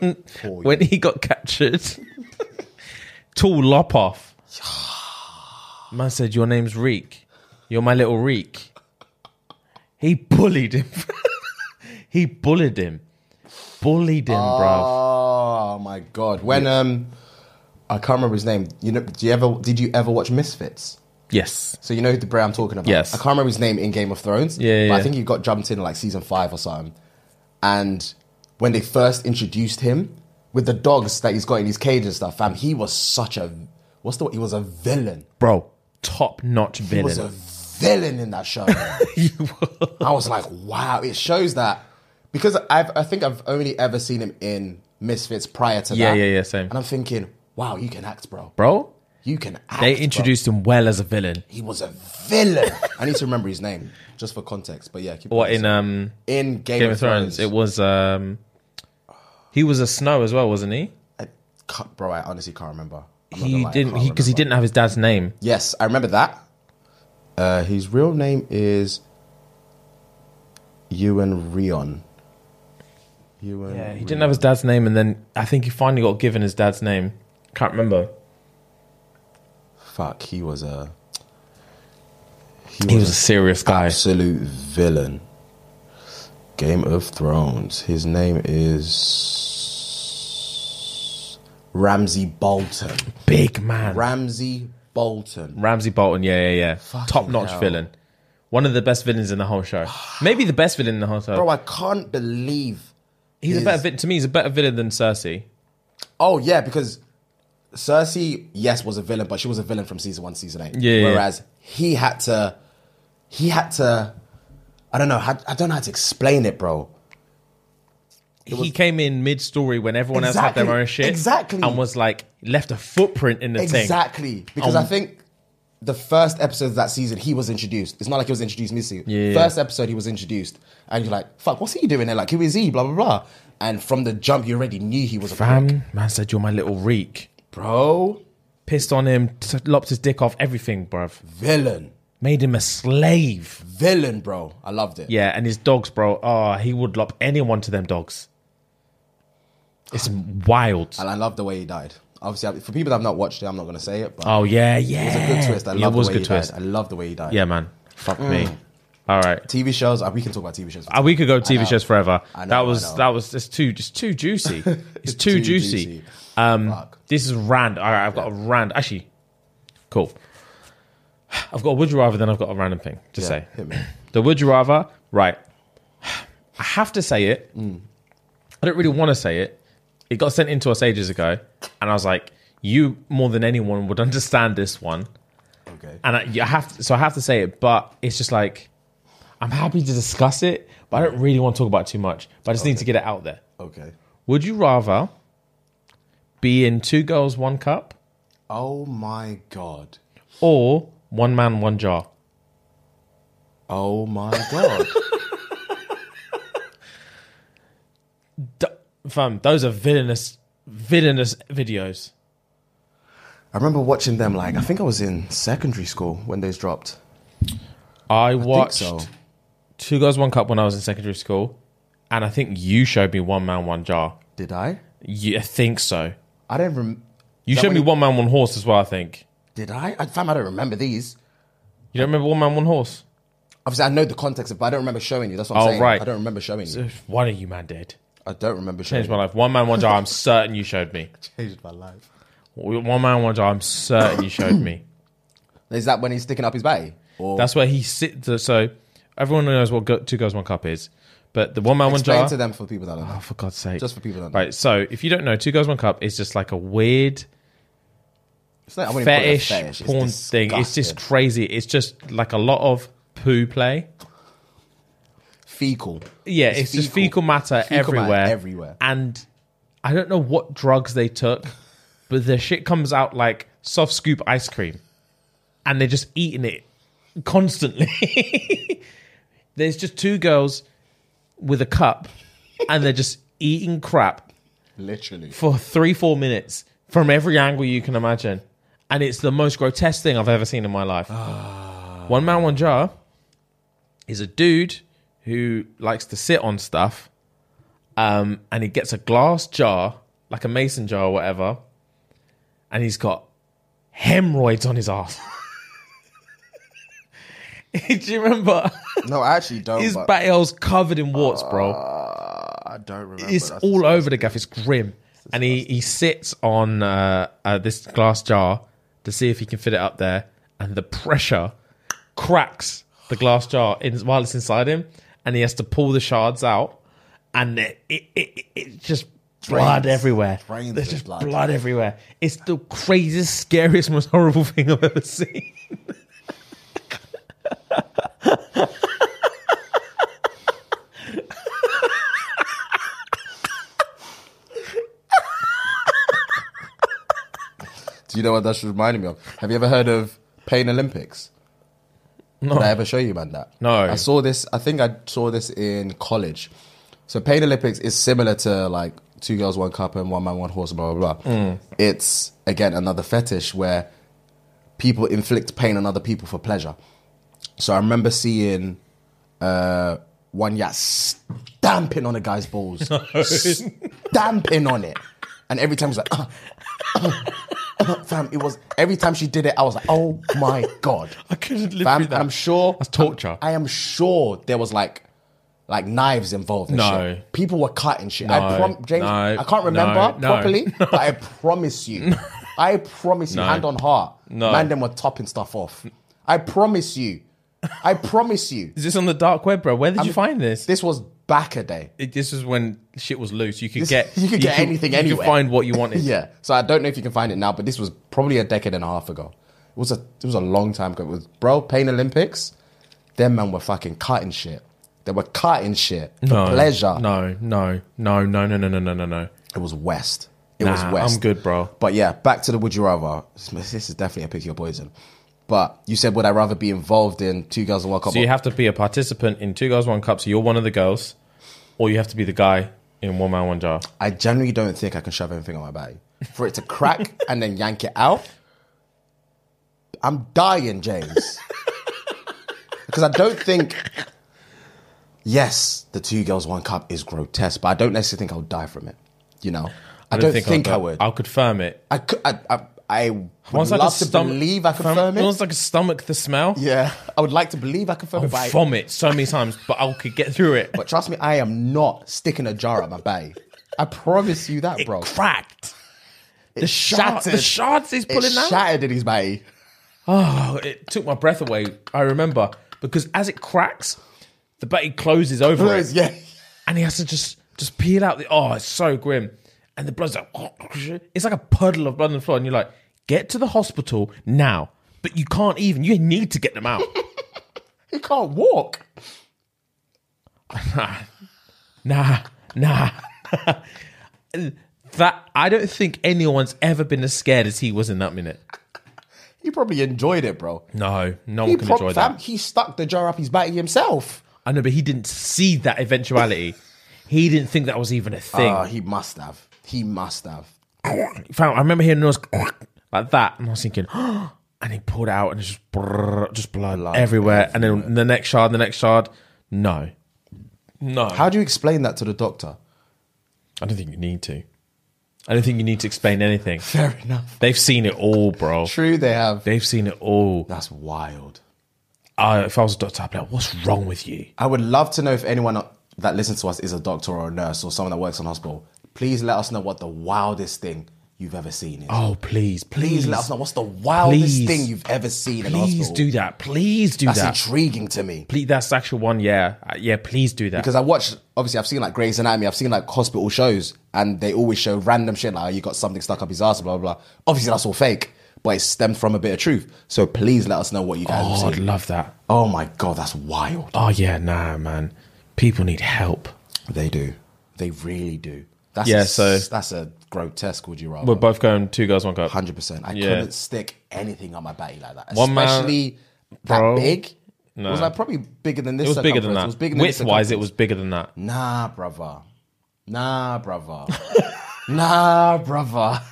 B: poor you.
A: When he got captured, tall lop off. Man said, "Your name's Reek. You're my little Reek." He bullied him. he bullied him. Bullied him, bruv.
B: Oh my god. When um I can't remember his name. You know do you ever did you ever watch Misfits?
A: Yes.
B: So you know the Bray I'm talking about.
A: Yes.
B: I can't remember his name in Game of Thrones.
A: Yeah, yeah,
B: But
A: yeah.
B: I think he got jumped in like season five or something. And when they first introduced him with the dogs that he's got in his cage and stuff, fam, he was such a what's the he was a villain.
A: bro, top notch
B: He was a
A: villain.
B: villain in that show. I was like, wow, it shows that because I've, I think I've only ever seen him in Misfits prior to
A: Yeah,
B: that.
A: yeah, yeah, same.
B: And I'm thinking, wow, you can act, bro.
A: bro,
B: You can act.
A: they
B: bro.
A: introduced him well as a villain.
B: He was a villain. I need to remember his name just for context. But yeah, keep
A: What
B: going.
A: in um
B: in Game,
A: Game of Thrones? It was um he was a snow as well, wasn't he?
B: I can't- bro, I honestly can't remember. I'm not gonna
A: He
B: lie, I
A: didn't
B: can't
A: because he,
B: remember.
A: didn't have his dad's name.
B: Yes, I remember that. Uh, his real name is Ewan Rion. Ewan.
A: Yeah, he didn't have his dad's name, and then I think he finally got given his dad's name. Can't remember.
B: Fuck, he was a.
A: He was a serious guy.
B: absolute villain. Game of Thrones. His name is Ramsey Bolton.
A: Big man.
B: Ramsey Bolton.
A: Ramsey Bolton, yeah, yeah, yeah.
B: Fucking
A: Top notch
B: hell.
A: villain. One of the best villains in the whole show. Maybe the best villain in the whole show.
B: Bro, I can't believe
A: he's a
B: his-
A: better vi- to me. He's a better villain than Cersei.
B: Oh yeah, because Cersei, yes, was a villain, but she was a villain from season one, season eight.
A: Yeah, yeah, yeah.
B: Whereas he had to, he had to, I don't know, had- I don't know how to explain it, bro.
A: he came in mid story when everyone else had their
B: Exactly,
A: own shit.
B: exactly.
A: And was like left a footprint in the thing. Um,
B: Exactly. Because I think the first episode of that season, he was introduced. It's not like he was introduced mid season.
A: Yeah.
B: First episode, he was introduced. And you're like, fuck, what's he doing there? Like, who is he? Blah, blah, blah. And from the jump, you already knew he was a prick.
A: Bam, man said, You're my little reek.
B: Bro,
A: Pissed on him, t- lopped his dick off, everything, bruv.
B: villain.
A: Made him a slave.
B: Villain, bro. I loved it.
A: Yeah, and his dogs, bro. Oh, he would lop anyone to them dogs. It's wild.
B: And I love the way he died. Obviously, I- for people that have not watched it, I'm not going to say it, but
A: Oh yeah, yeah. It
B: it's a good twist. I love
A: was
B: the way
A: good
B: he
A: twist.
B: died. I love the way he died.
A: Yeah, man. Fuck me. All right.
B: TV shows, uh, we can talk about TV shows.
A: Uh, we could go TV shows forever.
B: I know,
A: that
B: I
A: was
B: know.
A: that was just too just too juicy. It's too, juicy.
B: Um, Fuck.
A: This is rand. All right, I've got a rand. Actually, cool. I've got a would you rather than I've got a random thing to say.
B: hit me.
A: The would you rather, right? I have to say it. I don't really want to say it. It got sent into us ages ago, and I was like, you more than anyone would understand this one.
B: Okay.
A: and I, you have to, so I have to say it, but it's just like I'm happy to discuss it, but I don't really want to talk about it too much. But I just need to get it out there.
B: Okay.
A: Would you rather be in two girls, one cup,
B: Oh my god.
A: or one man, one jar?
B: Oh my god.
A: D- fam, those are villainous, villainous videos.
B: I remember watching them like I think I was in secondary school when those dropped.
A: I
B: I think
A: watched
B: so.
A: two girls, one cup when I was in secondary school, and I think you showed me one man, one jar.
B: Did I?
A: You, I think so.
B: I don't rem-
A: You
B: That
A: showed
B: when
A: me
B: you-
A: one man, one horse as well. I think
B: Did I? I fam, I don't remember these.
A: you don't remember one man, one horse.
B: Obviously I know the context of but I don't remember showing you. That's what I'm
A: Oh,
B: saying.
A: right.
B: I don't remember showing you.
A: One of you man did.
B: I don't remember.
A: Changed
B: showing
A: my life. One man, one jar. I'm certain you showed me.
B: it. Changed my life.
A: One man, one jar. I'm certain you showed me.
B: Is that when he's sticking up his batty? Or
A: That's where he sits. So everyone knows what go- two girls, one cup is, but the one man, one
B: explain
A: jar.
B: to them for people that don't know.
A: Oh, for God's sake!
B: Just for people that know.
A: Right. So if you don't know, two girls, one cup is just like a weird
B: It's like, I wouldn't even call it a
A: fetish, porn
B: It's
A: thing. It's just
B: disgusting.
A: crazy. It's just like a lot of poo play.
B: fecal.
A: Yeah, it's, just fecal matter
B: Fecal matter
A: everywhere.
B: everywhere.
A: And I don't know what drugs they took, but the shit comes out like soft scoop ice cream. And they're just eating it constantly. There's just two girls with a cup and they're just eating crap
B: Literally.
A: for three, four minutes from every angle you can imagine. And it's the most grotesque thing I've ever seen in my life. one Man One Jar is a dude who likes to sit on stuff um, and he gets a glass jar, like a mason jar or whatever, and he's got hemorrhoids on his ass. Do you remember?
B: No, I actually don't.
A: His
B: Oh, but
A: bat hell's covered in warts, bro
B: I don't remember.
A: it's
B: That's-
A: all over the gaff. It's grim. And he, he sits on uh, uh, this glass jar to see if he can fit it up there. And the pressure cracks the glass jar in, while it's inside him. And he has to pull the shards out. And it, it, it, it's just blood everywhere.
B: drains
A: There's
B: the
A: just blood.
B: blood.
A: everywhere. It's the craziest, scariest, most horrible thing I've ever seen.
B: Do you know what that's reminding me of? Have you ever heard of Pain Olympics? No. Did I ever show you, man, that?
A: No.
B: I saw this, I think I saw this in college. So Pain Olympics is similar to like two girls, one cup and one man, one horse, blah, blah, blah.
A: Mm.
B: It's, again, another fetish where people inflict pain on other people for pleasure. So I remember seeing uh, one yat stamping on a guy's balls, stamping on it, and every time it was like, fam, it was every time she did it, I was like, oh my god,
A: I couldn't live
B: fam.
A: through that.
B: I'm sure
A: That's torture.
B: I am sure there was like. Like knives involved. And
A: No.
B: shit. people were cutting shit. I
A: No,
B: prom- James,
A: no,
B: I can't remember
A: no, no,
B: properly,
A: no.
B: but I promise you, I promise you, hand on heart,
A: No.
B: man, them were topping stuff off. I promise you, I promise you,
A: Is this on the dark web, bro? Where did you find this?
B: this was back a day.
A: it- this is when shit was loose. You could
B: This-
A: get
B: you could get anything
A: you
B: anywhere.
A: could find what you wanted.
B: Yeah. So I don't know if you can find it now, but this was probably a decade and a half ago. It was a it was a long time ago. It was bro, Pain Olympics. Them man were fucking cutting shit. They were cutting shit for
A: no,
B: pleasure.
A: No, no, no, no, no, no, no, no, no, no.
B: It was West. It
A: Nah,
B: was West.
A: I'm good, bro.
B: But yeah, back to the would you rather. This is definitely a pick your poison. But you said would I rather be involved in two girls and World Cup?
A: So you have to be a participant in two girls, one cup. So you're one of the girls, or you have to be the guy in one man, one jar.
B: I generally don't think I can shove anything on my body. For it to crack and then yank it out, I'm dying, James. because I don't think. Yes, the two girls, one cup is grotesque, but I don't necessarily think I'll die from it. You know, I, don't, think, I
A: I'll-
B: would.
A: I'll confirm it.
B: I could. I. I, I would
A: Once I
B: love
A: can
B: to
A: stom-
B: believe I confirm it.
A: Once I can stomach the smell,
B: yeah, I would like to believe I confirm it.
A: I'll
B: but I-
A: vomit so many times, but I could get through it.
B: But trust me, I am not sticking a jar at my body. I promise you that, bro.
A: Cracked. The shards,
B: shattered.
A: the shards he's pulling
B: it
A: out.
B: shattered in his body.
A: Oh, it took my breath away. I remember because as it cracks, the batty closes over it.
B: Yeah.
A: and he has to just just peel out the oh it's so grim and the blood's like oh, it's like a puddle of blood on the floor and you're like get to the hospital now but you can't even you need to get them out
B: He can't walk.
A: nah nah that i don't think anyone's ever been as scared as he was in that minute
B: He probably enjoyed it, bro.
A: no no one
B: He,
A: can
B: prob-
A: enjoy
B: fam,
A: that
B: he stuck the jar up his batty himself.
A: i know but he didn't see that eventuality he didn't think that was even a thing
B: Ah, he must have. He must have.
A: found, I remember hearing a noise like that, and I was thinking, and he pulled it out, and it's just brrr, just blood, everywhere. And then the next shard, the next shard, no, no.
B: How do you explain that to the doctor?
A: I don't think you need to. I don't think you need to explain anything.
B: Fair enough.
A: They've seen it all, bro.
B: True, they have.
A: They've seen it all.
B: That's wild.
A: I, if I was a doctor, I'd be like, "What's wrong with you?"
B: I would love to know if anyone that listens to us is a doctor or a nurse or someone that works in a hospital, please let us know what the wildest thing you've ever seen is.
A: Oh, please,
B: please,
A: please,
B: let us know what's the wildest
A: Please.
B: thing you've ever seen in a
A: Please
B: hospital.
A: do that. Please do
B: That's
A: that.
B: intriguing to me.
A: please, that's actually one. Yeah, Uh, yeah. Please do that.
B: Because I watched, obviously, I've seen like Grey's Anatomy, I've seen like hospital shows, and they always show random shit like, oh, you got something stuck up his ass, blah, blah, blah. Obviously, that's all fake, but it stemmed from a bit of truth. So please let us know what you guys have
A: oh,
B: seen.
A: I'd love that.
B: Oh my god, that's wild.
A: Oh yeah, nah, man. People need help.
B: They do. They really do. That's
A: Yeah,
B: a,
A: so-
B: that's a grotesque. Would you rather?
A: We're both going two girls, one cup.
B: Hundred percent. I
A: Yeah.
B: couldn't stick anything on my body like that,
A: One man-
B: especially that
A: Bro.
B: big. It was like probably bigger than this.
A: It was bigger than
B: circumference.
A: that.
B: It was bigger than this
A: Width wise, it
B: circumference.
A: was bigger than that.
B: Nah, brother. Nah, brother. nah, brother.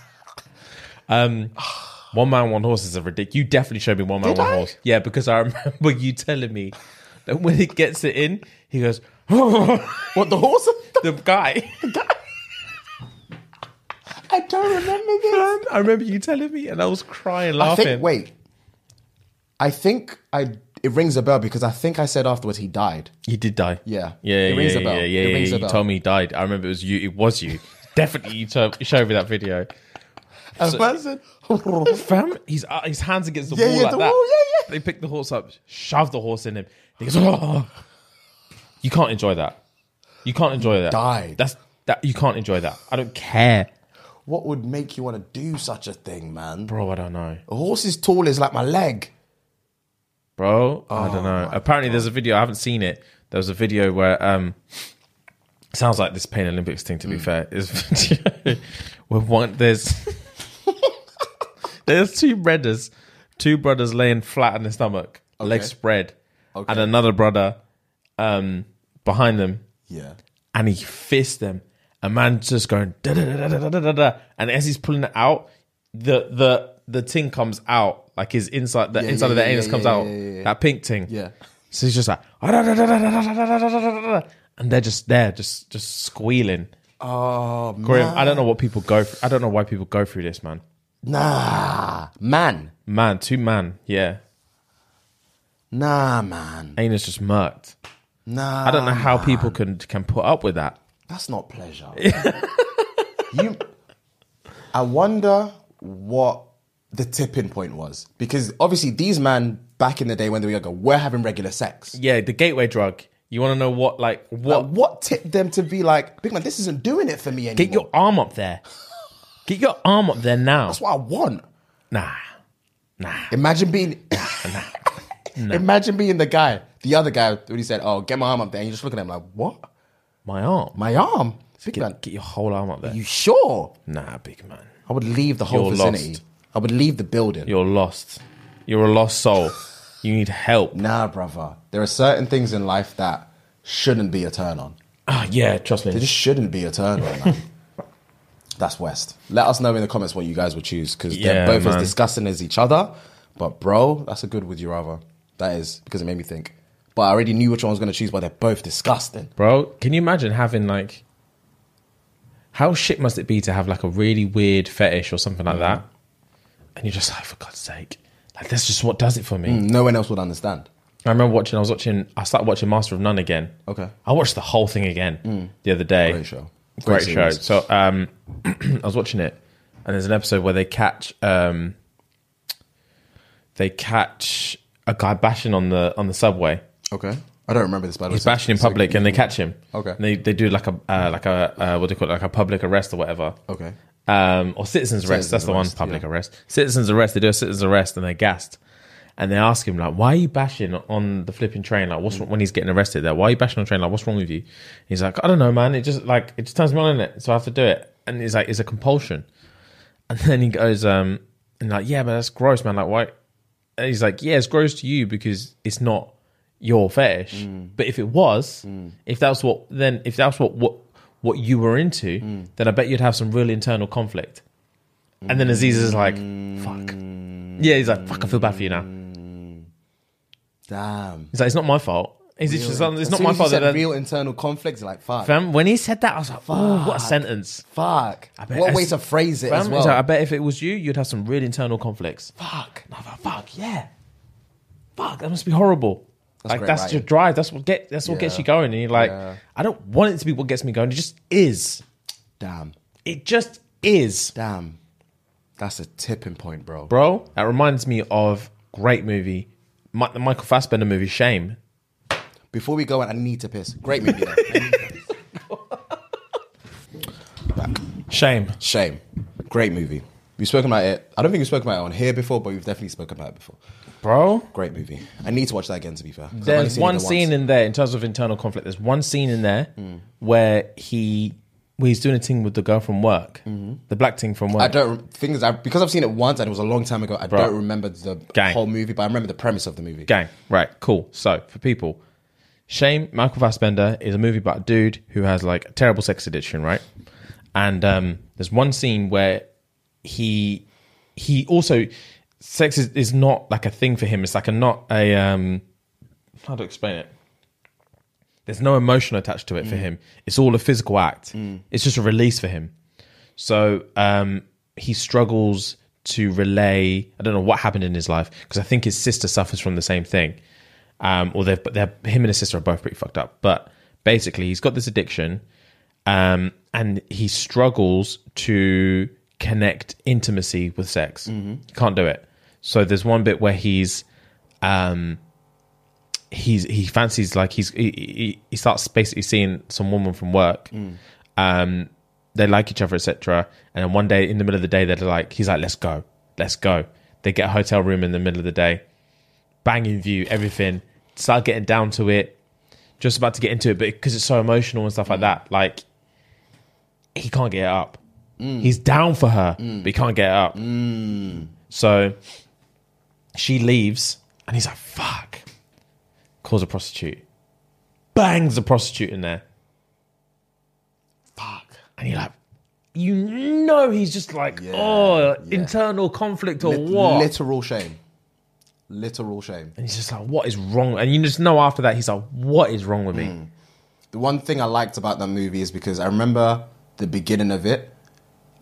A: One man, one horse is a ridiculous. You definitely showed me one man,
B: Did
A: one
B: I?
A: horse. Yeah, because I remember you telling me that when he gets it in, he goes. the
B: What the horse?
A: guy.
B: I don't remember this.
A: I remember you telling me, and I was crying,
B: I
A: laughing.
B: think. Wait. I think I. It rings a bell because I think I said afterwards he died.
A: He did die.
B: Yeah.
A: Yeah,
B: It
A: yeah,
B: rings
A: yeah,
B: a bell.
A: yeah, yeah,
B: It
A: yeah,
B: rings a
A: You
B: bell.
A: told me he died. I remember it was you. It was you. Definitely, you to- showed me that video.
B: A person.
A: Fam, he's uh, his hands against the
B: Yeah,
A: wall
B: yeah,
A: like
B: the
A: that.
B: wall, yeah,
A: They pick the horse up, shove the horse in him. He goes, "Oh." You can't enjoy that. You can't enjoy that.
B: died.
A: That's that. You can't enjoy that. I don't care,
B: What would make you want to do such a thing, man?
A: bro. I don't know,
B: A horse is tall as like my leg.
A: bro. I don't know. Apparently, there's a video. I haven't seen it. There was a video where um, sounds like this Pain Olympics thing. To be fair, is video where one there's there's two brothers, two brothers laying flat on their stomach, legs spread, and another brother um behind them,
B: Yeah.
A: and he fists them. A man just going da da da da da da da da, and as he's pulling it out, the the the ting comes out like his inside the inside
B: yeah,
A: of the
B: yeah,
A: anus
B: yeah,
A: comes
B: yeah,
A: out
B: yeah, yeah, yeah.
A: that pink ting.
B: Yeah.
A: So he's just like "Ah, da da da da da da da da da da da da," and they're just there, just just squealing.
B: Oh
A: Grim, I don't know what people go. Through. I don't know why people go through this, man.
B: nah, man.
A: Man, two man, yeah.
B: Nah, man.
A: Anus just murked.
B: Nah.
A: I don't know how people can can put up with that.
B: That's not pleasure. you. I wonder what the tipping point was because obviously these men back in the day when they were younger were having regular sex.
A: Yeah, the gateway drug. You want to know what, like, what?
B: But what tipped them to be like, big man, this isn't doing it for me anymore.
A: Get your arm up there. Get your arm up there now.
B: That's what I want.
A: Nah, nah.
B: Imagine being. Imagine being the guy, the other guy when he said, "Oh, get my arm up there," and you're just looking at him like, "What?
A: My arm.
B: My arm? Big man,
A: get, get your whole arm up there.
B: you sure?"
A: nah, big man.
B: I would leave the whole
A: You're
B: vicinity.
A: lost.
B: I would leave the building.
A: You're lost. You're a lost soul. You need help.
B: nah, brother. There are certain things in life that shouldn't be a turn on.
A: Ah, yeah. Trust
B: They
A: me.
B: just shouldn't be a turn on. man. That's West. Let us know in the comments what you guys would choose because
A: Yeah,
B: they're both
A: man.
B: as disgusting as each other. But bro, that's a good would you rather. That is because it made me think. But I already knew which one I was going to choose. But they're both disgusting.
A: Bro, can you imagine having like how shit must it be to have like a really weird fetish or something
B: Mm.
A: like that? And you're just like, for God's sake, like that's just what does it for me.
B: No one else would understand.
A: I remember watching I was watching I started watching Master of None again.
B: Okay. Mm.
A: I watched the whole thing again the other day.
B: Great show.
A: Great,
B: Great
A: show.
B: series.
A: So um I was watching it and there's an episode where they catch um they catch a guy bashing on the on the subway.
B: Okay, I don't remember this. By the way,
A: He's bashing in
B: So-
A: public, and they catch him.
B: Okay.
A: And they they do like a uh, like a uh, what do you call it like a public arrest or whatever.
B: Okay.
A: Um, or citizens arrest.
B: Citizens
A: That's the
B: arrest,
A: one. Public
B: yeah.
A: arrest. Citizens arrest. They do a citizens arrest, and they're gassed. And they ask him like, "Why are you bashing on the flipping train? Like, what's wrong when he's getting arrested? There, why are you bashing on the train? Like, what's wrong with you?" And he's like, "I don't know, man. It just like it just turns me on in it, so I have to do it." And he's like, "It's a compulsion." And then he goes, um, and like, yeah, man, that's gross, man. Like, why? And he's like, yeah, it's gross to you because it's not your fetish.
B: Mm.
A: But if it was, if that's what, then if that's what what what you were into,
B: Mm.
A: then I bet you'd have some real internal conflict. And then Aziz is like, fuck.
B: Mm.
A: Yeah, he's like, fuck. I feel bad for you now.
B: Damn.
A: He's like, it's not my fault. He's just, it's
B: As
A: not
B: soon
A: my
B: as you
A: fault.
B: said
A: That
B: real internal conflicts. Like fuck,
A: fam, when he said that, I was like, oh, what a sentence.
B: fuck.
A: bet
B: what
A: I
B: way
A: s-
B: to phrase it
A: Fam,
B: as
A: he's
B: well?
A: like, I bet if it was you, you'd have some real internal conflicts.
B: fuck.
A: Motherfuck, yeah. Fuck, that must be horrible. like
B: great
A: that's
B: writing.
A: your drive. That's what get. That's what gets
B: Yeah.
A: you going. And you're like,
B: Yeah.
A: I don't want it to be what gets me going. It just is.
B: Damn,
A: It just is,
B: damn. That's a tipping point, bro.
A: bro. That reminds me of great movie, Mi- the Michael Fassbender movie Shame.
B: Before we go, on, I need to piss. Great movie. though.
A: Shame.
B: Shame. Great movie. We've spoken about it. I don't think we've spoken about it on here before, but we've definitely spoken about it before.
A: bro.
B: Great movie. I need to watch that again. To be fair, 'cause I've only
A: There's
B: seen it
A: one
B: once. Hmm.
A: scene in there in terms of internal conflict. There's one scene in there where he where he's doing a thing with the girl from work,
B: Mm-hmm.
A: the black thing from work.
B: I don't. Thing is, I, because I've seen it once and it was a long time ago. I
A: Bro.
B: don't remember the
A: Gang.
B: whole movie, but I remember the premise of the movie.
A: Gang. Right, cool. So for people, Shame, Michael Fassbender is a movie about a dude who has like a terrible sex addiction, right? And um, there's one scene where he he also sex is, is not like a thing for him. It's like a not a um how to explain it. There's no emotion attached to it for him. It's all a physical act. It's just a release for him. So um, he struggles to relay. I don't know what happened in his life because I think his sister suffers from the same thing. Um, or they're, but they're him and his sister are both pretty fucked up. But basically, he's got this addiction, um, and he struggles to connect intimacy with sex. Can't do it. So there's one bit where he's um, he's he fancies like he's he, he, he starts basically seeing some woman from work. Um, they like each other, etc. And then one day in the middle of the day, they're like, he's like, let's go, let's go. They get a hotel room in the middle of the day, banging view, everything. Start getting down to it, just about to get into it, but because it's so emotional and stuff like that, like he can't get it up. He's down for her, but he can't get it up. So she leaves, and he's like, fuck calls a prostitute, bangs a prostitute in there. Fuck. And you're like, you know, he's just like, oh, internal conflict or
B: Lit-
A: what?
B: Literal shame. Literal shame.
A: and he's just like, what is wrong? And you just know after that, he's like, what is wrong with me?
B: The one thing I liked about that movie is because I remember the beginning of it.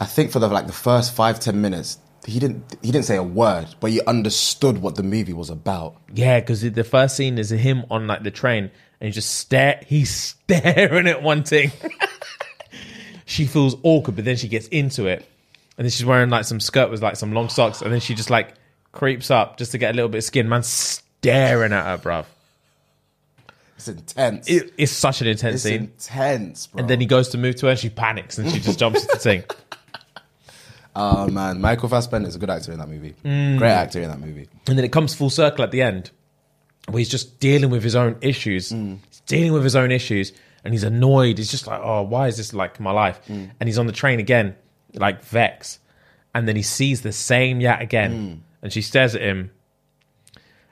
B: I think for the like the first five ten minutes, he didn't he didn't say a word, but you understood what the movie was about.
A: Yeah, because the first scene is him on like the train, and he just stare. He's staring at one thing. she feels awkward, but then she gets into it, and then she's wearing like some skirt with like some long socks, and then she just like creeps up just to get a little bit of skin. Man, staring at her, bruv.
B: It's intense.
A: It- it's such an intense
B: it's
A: scene.
B: intense, bro.
A: and then he goes to move to her, and she panics, and she just jumps into the thing.
B: oh man, Michael Fassbender is a good actor in that movie.
A: Mm.
B: Great actor in that movie.
A: And then it comes full circle at the end, where he's just dealing with his own issues. He's dealing with his own issues, and he's annoyed. He's just like, "Oh, why is this like my life?" And he's on the train again, like vex. And then he sees the same yet again, and she stares at him.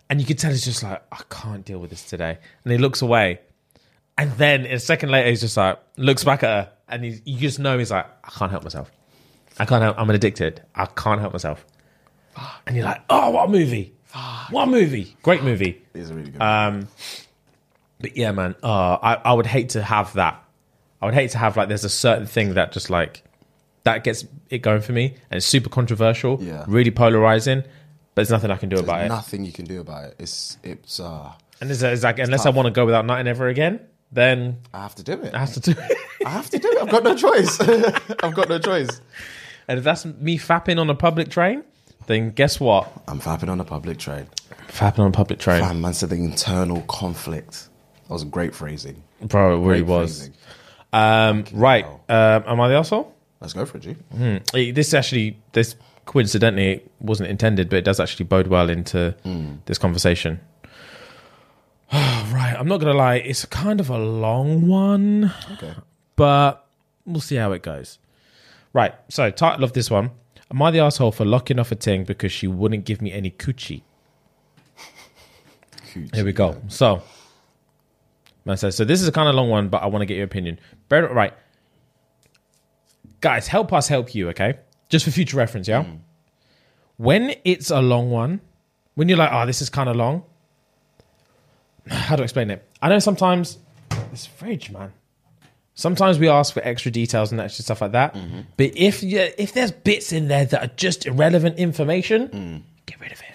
A: And you can tell he's just like, "I can't deal with this today." And he looks away, and then a second later, he's just like, looks back at her, and he's, you just know he's like, "I can't help myself. I can't help. I'm addicted. I can't help myself." and you're like, oh, what a movie! What a movie! Great movie.
B: It is a really good.
A: Uh, But yeah, man, uh, I I would hate to have that. I would hate to have like there's a certain thing that just like that gets it going for me, and it's super controversial,
B: Yeah.
A: really polarizing. But there's nothing I can do about
B: movie.
A: it.
B: Nothing you can do about it. It's it's uh
A: And it's, it's like unless I want to go without nighting ever again, then
B: I have to do it.
A: I have to do it.
B: I have to do it. I've got no choice. I've got no choice.
A: and if that's me fapping on a public train, then guess what?
B: I'm fapping on a public train.
A: Fapping on a public train,
B: Fam, man said the internal conflict. That was great phrasing.
A: bro, it really
B: Great
A: was.
B: phrasing.
A: Um, right, um, am I the asshole?
B: Let's go for it, G.
A: It- this actually this coincidentally wasn't intended but it does actually bode well into this conversation right i'm not gonna lie it's kind of a long one
B: Okay.
A: but we'll see how it goes right so title of this one am i the asshole for locking off a ting because she wouldn't give me any coochie
B: Cooch.
A: here we go. So, man says, so this is a kind of long one, but I want to get your opinion. Bear, right. Guys, help us help you, okay? Just for future reference, yeah? When it's a long one, when you're like, oh, this is kind of long, how do I explain it? I know sometimes, this fridge, man. Sometimes we ask for extra details and extra stuff like that.
B: Mm-hmm.
A: But if you, if there's bits in
B: Mm.
A: there that are just irrelevant information, get rid of it.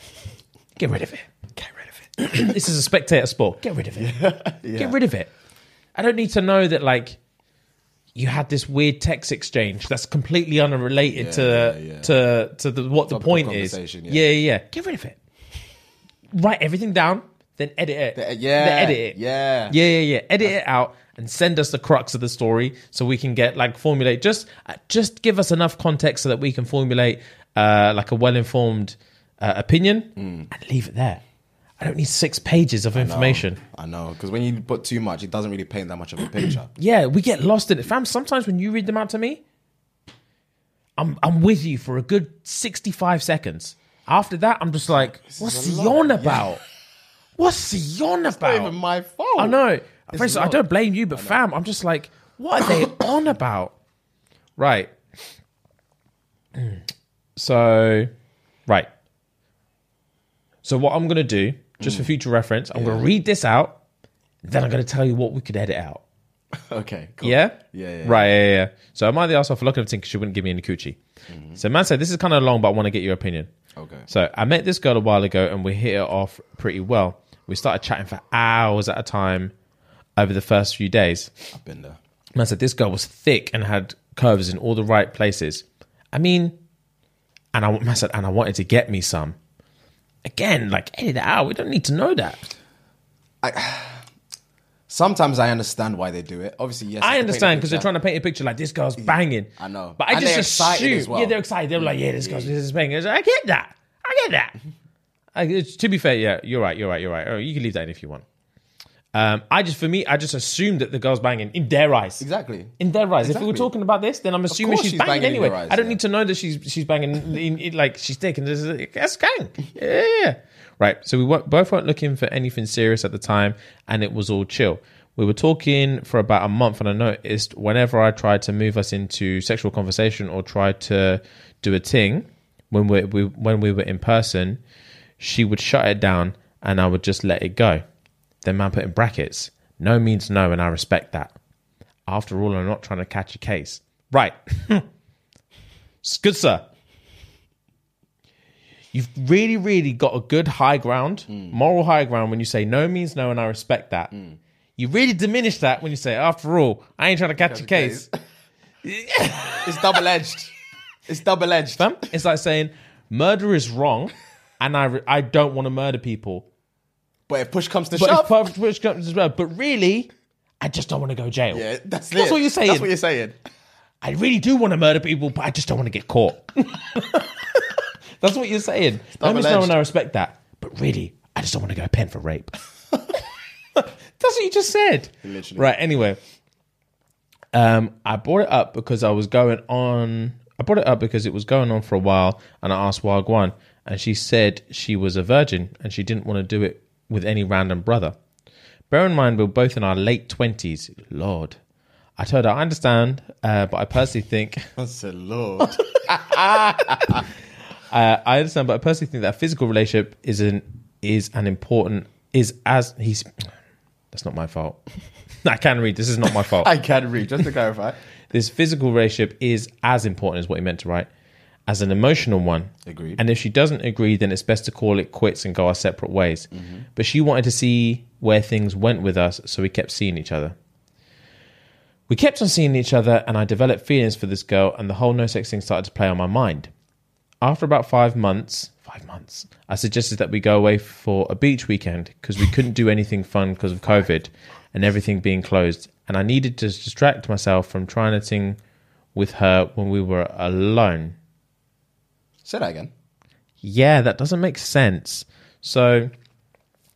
A: Get rid of it. Get rid of it. this is a spectator sport. Get rid of it. Get rid of it. I don't need to know that like you had this weird text exchange that's completely unrelated to
B: yeah, yeah.
A: to to the what the
B: Topic of
A: point is.
B: conversation, yeah.
A: yeah, yeah, yeah. Get rid of it. Write everything down, then edit it.
B: The- yeah,
A: Then edit it.
B: yeah.
A: Yeah, yeah, yeah. Edit it out and send us the crux of the story so we can get like formulate just uh, just give us enough context so that we can formulate uh, like a well-informed uh, opinion and leave it there. I don't need six pages of information.
B: Mm. I know, because when you put too much, it doesn't really paint that much of a picture.
A: Yeah, we get lost in it, fam. Sometimes when you read them out to me, I'm I'm with you for a good sixty five seconds. After that, I'm just like, what's
B: a
A: the
B: lot,
A: yawn
B: yeah.
A: about? What's the yawn about?
B: even my fault.
A: I know. First,
B: a
A: I
B: lot.
A: don't blame you, but fam, I'm just like, what are they on about? Right. So, right. So what I'm gonna do, just for
B: Mm.
A: future reference, I'm gonna read this out. Then I'm gonna tell you what we could edit out.
B: Okay. Cool.
A: Yeah?
B: Oh, Yeah. yeah, yeah.
A: Right, yeah, yeah, yeah. So am I the arsehole for looking at because she wouldn't give me any coochie?
B: Mm-hmm.
A: So man said, this is kind of long, but I want to get your opinion.
B: Okay.
A: So I met this girl a while ago and we hit it off pretty well. We started chatting for hours at a time over the first few days.
B: I've been there.
A: Man said, this girl was thick and had curves in all the right places. I mean, and I, man said, and I wanted to get me some. Again, like, edit it out. We don't need to know that.
B: Sometimes I understand why they do it. Obviously, yes.
A: I understand because they're trying to paint a picture like this girl's banging.
B: I know.
A: but I
B: And
A: just
B: they're
A: assume.
B: excited as well.
A: Yeah, they're excited. They're like, yeah, this girl's this is banging. I, was like, I get that. I get that. I, it's- to be fair, yeah, you're right. You're right. You're right. Oh, you can leave that in if you want. Um, I just, for me, I just assumed that the girl's banging in their eyes.
B: Exactly.
A: In their eyes. If we were
B: Exactly.
A: talking about this, then I'm assuming
B: course
A: she's,
B: she's
A: banging,
B: banging in
A: anyway.
B: their eyes,
A: I don't
B: yeah.
A: need to know that she's she's banging in, in, like she's thick and this is, that's gang. Yeah, yeah. Right. So we were, both weren't looking for anything serious at the time, and it was all chill. We were talking for about a month, and I noticed whenever I tried to move us into sexual conversation or tried to do a ting when we, we when we were in person, she would shut it down, and I would just let it go. Then man put in brackets. No means no, and I respect that. After all, I'm not trying to catch a case. Right. S- good sir. You've really, really got a good high ground, moral high ground when you say no means no, and I respect that. You really diminish that when you say, after all, I ain't trying to catch a case.
B: It's double edged. It's double edged.
A: Fam, It's like saying murder is wrong, and I, re- I don't want to murder people.
B: But if push comes to
A: But, if
B: shove,
A: perfect, which comes as well, but really, I just don't want to go jail.
B: yeah, that's,
A: That's
B: it.
A: what you're saying.
B: That's what you're saying.
A: I really do want to murder people, but I just don't want to get caught. That's what you're saying. Let me know
B: double-edged.
A: and I respect that. But really, I just don't want to go to pen for rape. That's what you just said.
B: Literally.
A: Right, anyway. Um, I brought it up because I was going on I brought it up because it was going on for a while and I asked Wagwan and she said she was a virgin and she didn't want to do it with any random brother. Bear in mind, we're both in our late 20s. Lord. I told her, I understand, uh, but I personally think
B: I said, Lord.
A: uh, I understand, but I personally think that a physical relationship is an is an important is as he's. That's not my fault. I can read. This is not my fault.
B: I can read, just to clarify.
A: this physical relationship is as important as what he meant to write as an emotional one.
B: Agreed.
A: And if she doesn't agree, then it's best to call it quits and go our separate ways.
B: Mm-hmm.
A: But she wanted to see where things went with us, so we kept seeing each other. We kept on seeing each other, and I developed feelings for this girl, and the whole no sex thing started to play on my mind. After about five months, five months, I suggested that we go away for a beach weekend because we couldn't do anything fun because of COVID and everything being closed. And I needed to distract myself from trying to ting with her when we were alone.
B: Say that again.
A: Yeah, that doesn't make sense. So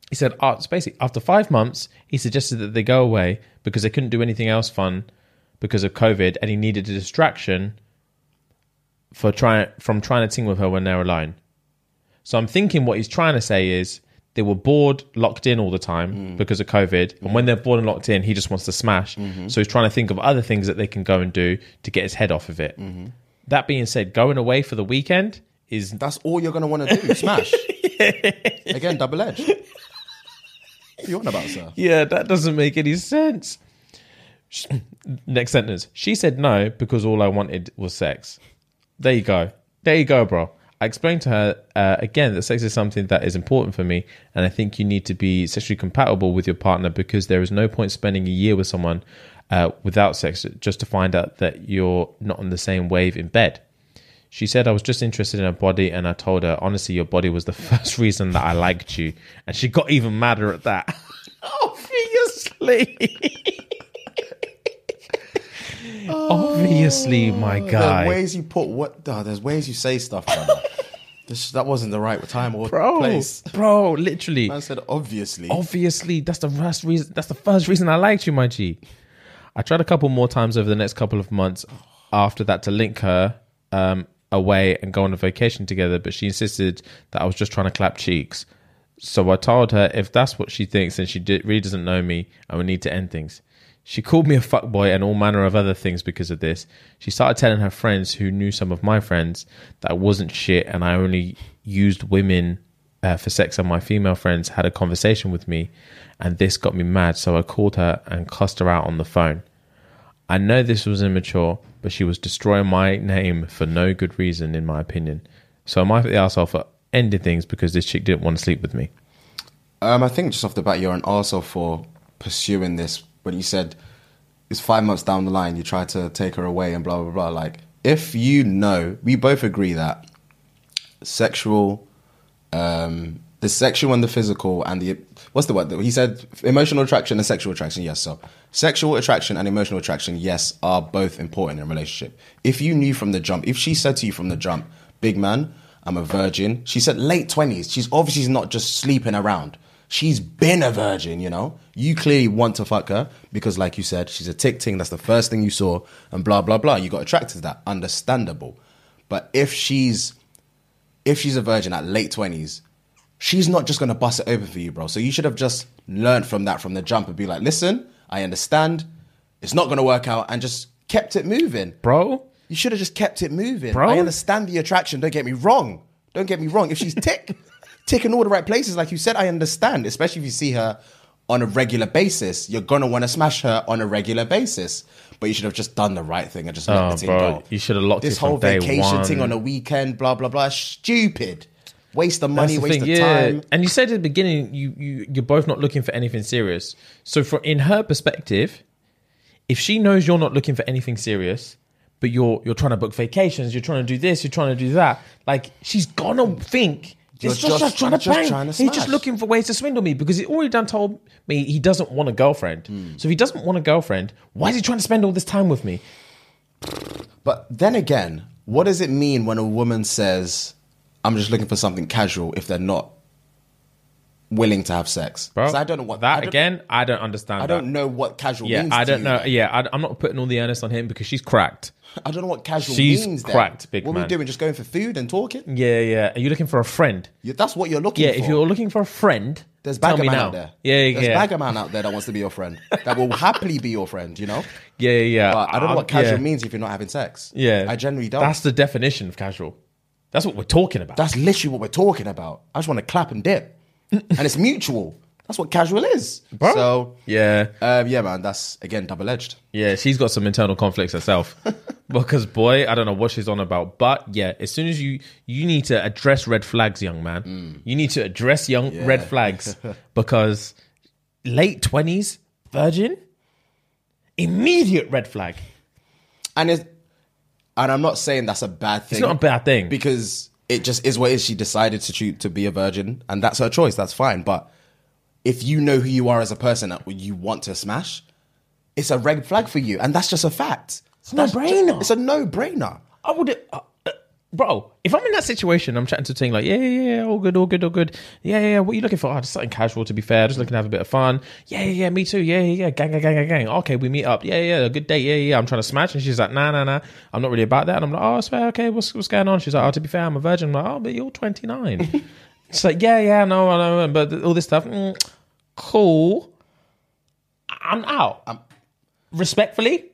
A: he said, uh, so basically, after five months, he suggested that they go away because they couldn't do anything else fun because of COVID, and he needed a distraction for trying from trying to ting with her when they're alone. So I'm thinking what he's trying to say is they were bored, locked in all the time because of COVID, and when they're bored and locked in, he just wants to smash. So he's trying to think of other things that they can go and do to get his head off of it. That being said, going away for the weekend is
B: That's all you're going to want to do. Smash. again, double edged. What are you on about, sir?
A: Yeah, that doesn't make any sense. Sh- Next sentence. She said no because all I wanted was sex. There you go. There you go, bro. I explained to her uh, again that sex is something that is important for me, and I think you need to be sexually compatible with your partner because there is no point spending a year with someone uh, without sex just to find out that you're not on the same wave in bed. She said I was just interested in her body, and I told her honestly, your body was the first reason that I liked you, and she got even madder at that. Obviously. Obviously, my guy.
B: There's ways you put what. oh, there's ways you say stuff. brother. this that wasn't the right time or
A: bro,
B: place.
A: bro, literally.
B: Man said obviously.
A: Obviously, that's the first reason. That's the first reason I liked you, my G. I tried a couple more times over the next couple of months after that to link her um, away and go on a vacation together, but she insisted that I was just trying to clap cheeks. So I told her if that's what she thinks, then she di- really doesn't know me and we need to end things. She called me a fuckboy and all manner of other things because of this. She started telling her friends who knew some of my friends that I wasn't shit and I only used women uh, for sex. And my female friends had a conversation with me and this got me mad. So I called her and cussed her out on the phone. I know this was immature, but she was destroying my name for no good reason, in my opinion. So am I for the arsehole for ending things because this chick didn't want to sleep with me?
B: Um, I think just off the bat, you're an arsehole for pursuing this. When you said it's five months down the line, you try to take her away and blah, blah, blah. Like, if you know, we both agree that sexual, um, the sexual and the physical and the, what's the word? He said emotional attraction and sexual attraction. Yes. So sexual attraction and emotional attraction, yes, are both important in a relationship. If you knew from the jump, if she said to you from the jump, big man, I'm a virgin. She said late 20s. She's obviously not just sleeping around. She's been a virgin, you know? You clearly want to fuck her because, like you said, she's a tick ting. That's the first thing you saw, and blah, blah, blah. You got attracted to that. Understandable. But if she's if she's a virgin at late 20s, she's not just going to bust it open for you, bro. So you should have just learned from that from the jump and be like, listen, I understand. It's not going to work out and just kept it moving.
A: Bro,
B: You should have just kept it moving.
A: Bro.
B: I understand the attraction. Don't get me wrong. Don't get me wrong. If she's tick, tick in all the right places, like you said, I understand. Especially if you see her on a regular basis, you're gonna want to smash her on a regular basis. But you should have just done the right thing and just let
A: Oh,
B: the thing
A: bro.
B: go.
A: You should have locked
B: this
A: it from
B: whole
A: day
B: vacation
A: one.
B: thing on a weekend. Blah blah blah. Stupid. Waste of
A: That's
B: money.
A: the
B: waste
A: thing,
B: of time.
A: And you said at the beginning, you, you you're both not looking for anything serious. So, for in her perspective, if she knows you're not looking for anything serious, but you're you're trying to book vacations, you're trying to do this, you're trying to do that, like she's gonna think.
B: You're
A: It's just,
B: just-
A: trying
B: you're
A: to
B: just
A: bang.
B: trying to
A: He's just
B: smash.
A: looking for ways to swindle me because he already done told me he doesn't want a girlfriend.
B: Hmm.
A: So if he doesn't want a girlfriend, why is he trying to spend all this time with me?
B: But then again, what does it mean when a woman says, "I'm just looking for something casual" if they're not willing to have sex?
A: Bro,
B: 'Cause I don't know what
A: that
B: I don't-
A: again. I don't understand.
B: I don't know what casual
A: Yeah,
B: means.
A: I
B: to
A: don't
B: you.
A: know. Yeah, I, am not putting all the earnest on him because she's cracked.
B: I don't know what casual
A: She's
B: means. then.
A: cracked, big
B: What
A: man.
B: we doing? Just going for food and talking?
A: Yeah, yeah. Are you looking for a friend?
B: Yeah, That's what you're looking
A: Yeah,
B: for.
A: if you're looking for a friend,
B: there's
A: tell
B: bagger
A: me
B: man
A: now.
B: out there.
A: Yeah, yeah,
B: There's
A: yeah.
B: bagger man out there that wants to be your friend. that will happily be your friend. You know.
A: yeah, yeah, yeah.
B: But I don't know
A: Um,
B: what casual
A: yeah.
B: means if you're not having sex.
A: Yeah,
B: I generally don't.
A: That's the definition of casual. That's what we're talking about.
B: That's literally what we're talking about. I just want to clap and dip, and it's mutual. That's what casual is.
A: Bro.
B: So
A: yeah,
B: um, yeah, man, that's again double edged.
A: yeah. She's got some internal conflicts herself because boy, I don't know what she's on about. But yeah, as soon as you you need to address red flags, young man.
B: Mm.
A: You need to address young red flags because late twenties, virgin, immediate red flag.
B: And it's, and I'm not saying that's a bad thing.
A: It's not a bad thing.
B: because it just is what it is. She decided to choose to be a virgin, and that's her choice. That's fine. But if you know who you are as a person that you want to smash, it's a red flag for you, and that's just a fact. It's
A: a no-brainer.
B: It's a no brainer.
A: I would, uh, uh, bro. If I'm in that situation, I'm chatting to a thing like, yeah, yeah, yeah, all good, all good, all good. Yeah, yeah, yeah. What are you looking for? Oh, just something casual. To be fair, just looking to have a bit of fun. Yeah, yeah, yeah. Me too. Yeah, yeah, yeah. Gang, gang, gang, gang, gang. Okay, we meet up. Yeah, yeah. yeah, A good date. Yeah, yeah. yeah. I'm trying to smash, and she's like, nah, nah, nah. I'm not really about that. And I'm like, oh, I swear. Okay, what's what's going on? She's like, oh, to be fair, I'm a virgin. I'm like, oh, but you're 29. She's like, yeah, yeah, no, no, no, but all this stuff. Mm, cool. I'm out. Respectfully,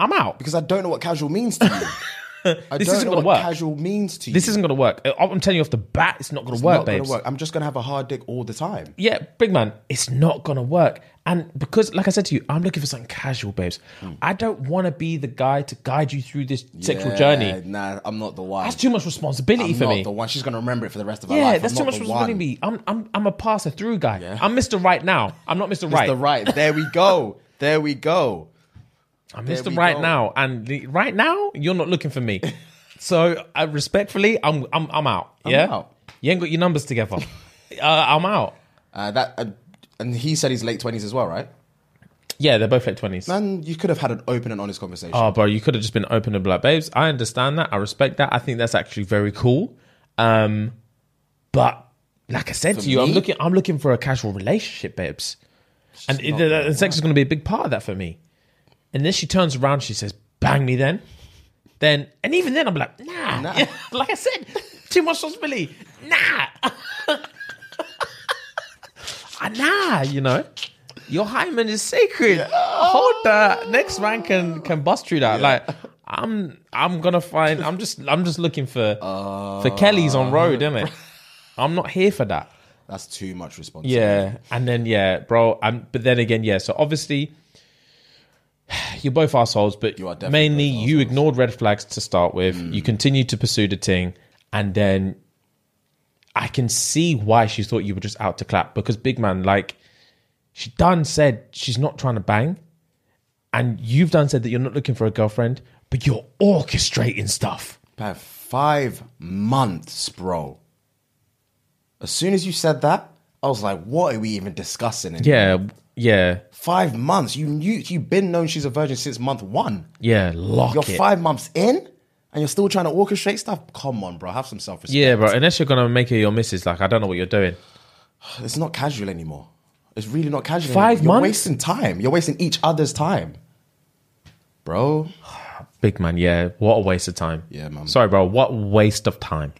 A: I'm out.
B: Because I don't know what casual means to you. I
A: this
B: don't
A: isn't
B: know
A: gonna
B: what
A: work.
B: casual means to you.
A: This isn't gonna work. I- I'm telling you off the bat, it's not gonna work,
B: not
A: babes.
B: gonna work. I'm just gonna have a hard dick all the time.
A: Yeah, big man, it's not gonna work. And because, like I said to you, I'm looking for something casual, babes.
B: Hmm.
A: I don't want to be the guy to guide you through this sexual
B: Yeah,
A: journey.
B: Nah, I'm not the one.
A: That's too much responsibility
B: I'm
A: for
B: not
A: me.
B: the one. She's gonna remember it for the rest of her
A: Yeah,
B: life. I'm
A: that's too
B: not
A: much
B: the
A: responsibility.
B: one.
A: Me, I'm I'm I'm a passer through guy. I'm Mr. Right now. I'm not Mr. Right.
B: It's the right. There we go. There we go.
A: I'm
B: There
A: Mr.
B: we
A: Right
B: go.
A: now, and the, right now you're not looking for me. so uh, respectfully, I'm I'm I'm out. yeah,
B: out.
A: you ain't got your numbers together. uh, I'm out.
B: Uh, that uh, and he said he's late twenties as well, right?
A: Yeah, they're both late twenties.
B: And you could have had an open and honest conversation.
A: Oh, bro, you could have just been open and be like, babes, I understand that. I respect that. I think that's actually very cool. Um, but like I said to you, I'm
B: me?
A: looking, I'm looking for a casual relationship, babes, and it, and sex is going to be a big part of that for me. Unless she turns around, she says, "Bang me," then, then, and even then, I'm like, nah. like I said, too much responsibility. Nah, Ah, nah. You know, your hymen is sacred. Hold that. Next man can can bust through that. Like, I'm I'm gonna find. I'm just I'm just looking for for Kelly's on road, is it? I'm not here for that.
B: That's too much responsibility.
A: Yeah, and then yeah, bro. And but then again, yeah. So obviously, you're both assholes, but
B: You are definitely Mm.
A: mainly you ignored red flags to start with. You continued to pursue the thing, and then I can see why she thought you were just out to clap because big man, like she done said, she's not trying to bang, and you've done said that you're not looking for a girlfriend, but you're orchestrating stuff.
B: About five months, bro. As soon as you said that, I was like, what are we even discussing? in-
A: Yeah, yeah,
B: Five months. You knew you've been known she's a virgin since month one.
A: yeah. Lock
B: You're
A: it.
B: five months in and you're still trying to orchestrate stuff? Come on, bro. Have some self respect.
A: yeah, bro. Unless you're gonna make her your missus, like I don't know what you're doing.
B: It's not casual anymore. It's really not casual.
A: Five
B: anymore. You're
A: months?
B: wasting time. You're wasting each other's time. Bro.
A: Big man, yeah. What a waste of time.
B: Yeah, man.
A: Sorry, bro. What waste of time.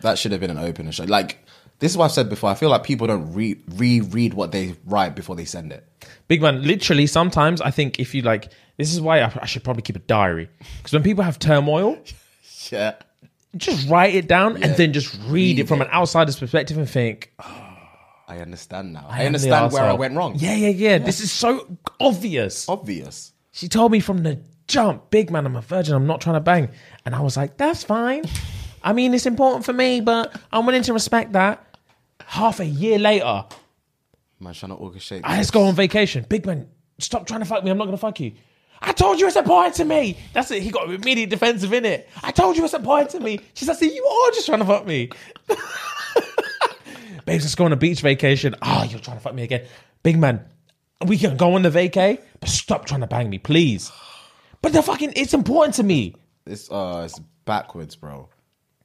B: That should have been an open and shut. Like, this is what I've said before. I feel like people don't re- reread what they write before they send it.
A: Big man, literally, sometimes I think if you like, this is why I, I should probably keep a diary. Because when people have turmoil,
B: Yeah.
A: just write it down and
B: Yeah.
A: then just read, it
B: Read
A: from
B: it.
A: an outsider's perspective and think, I
B: I understand now.
A: am
B: I,
A: the
B: understand where I
A: arsehole.
B: went wrong.
A: Yeah, yeah, yeah, This is so obvious.
B: Obvious.
A: She told me from the jump, big man, I'm a virgin. I'm not trying to bang. And I was like, that's fine. I mean, it's important for me, but I'm willing to respect that. Half a year later,
B: Man, trying to orchestrate.
A: I just go on vacation. Big man, stop trying to fuck me. I'm not going to fuck you. I told you it's important to me. That's it. He got immediate defensive in it. I told you it's important to me. She's like, see, you are just trying to fuck me. Babes, let's go on a beach vacation. Ah, you're trying to fuck me again. Big man, we can go on the vacay, but stop trying to bang me, please. But the fucking, it's important to me.
B: It's uh, it's backwards, bro.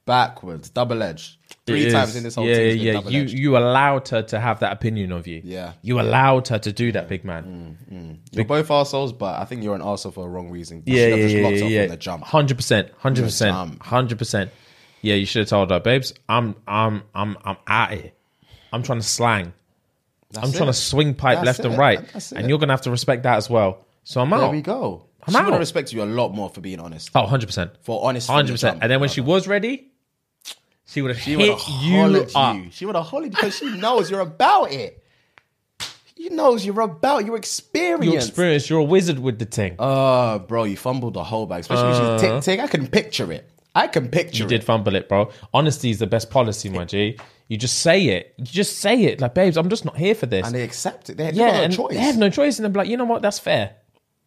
B: Backwards, double edged. Three
A: It
B: times
A: is.
B: in this whole
A: yeah,
B: thing. it's been
A: Yeah, yeah. You
B: double-edged.
A: you allowed her to have that opinion of you.
B: Yeah.
A: You allowed her to do that, big man.
B: You're both arseholes, but I think you're an arsehole for a wrong reason. You
A: yeah,
B: should have
A: yeah,
B: just
A: yeah,
B: locked
A: yeah,
B: up
A: yeah.
B: from the jump.
A: Hundred percent, hundred percent,
B: jump.
A: hundred percent. Yeah, you should have told her, babes. I'm, I'm, I'm, I'm at it. I'm trying to slang. I'm
B: That's
A: trying to
B: it.
A: swing pipe
B: That's
A: left
B: it.
A: and right,
B: That's it.
A: and you're gonna have to respect that as well. So I'm
B: There
A: out.
B: we go.
A: I'm
B: she would
A: out.
B: have respected you a lot more for being honest.
A: Oh, 100 percent.
B: For honest from the
A: hundred percent.
B: jump.
A: And then when she was ready, she would have
B: She
A: hit
B: would've
A: you
B: hollered
A: up.
B: you. She would have hollered because she knows you're about it. She knows you're about your experience.
A: Your experience. You're a wizard with the thing.
B: Uh, bro, you fumbled the whole bag, especially when she's tick tick. I can picture it. I can picture
A: Uh. you
B: it.
A: did fumble it, bro. Honesty is the best policy, my G. You just say it. You just say it. Like, babes, I'm just not here for this.
B: And they accept it. They,
A: yeah,
B: yeah,
A: and
B: no choice.
A: they have no choice, and they're like, you know what? That's fair.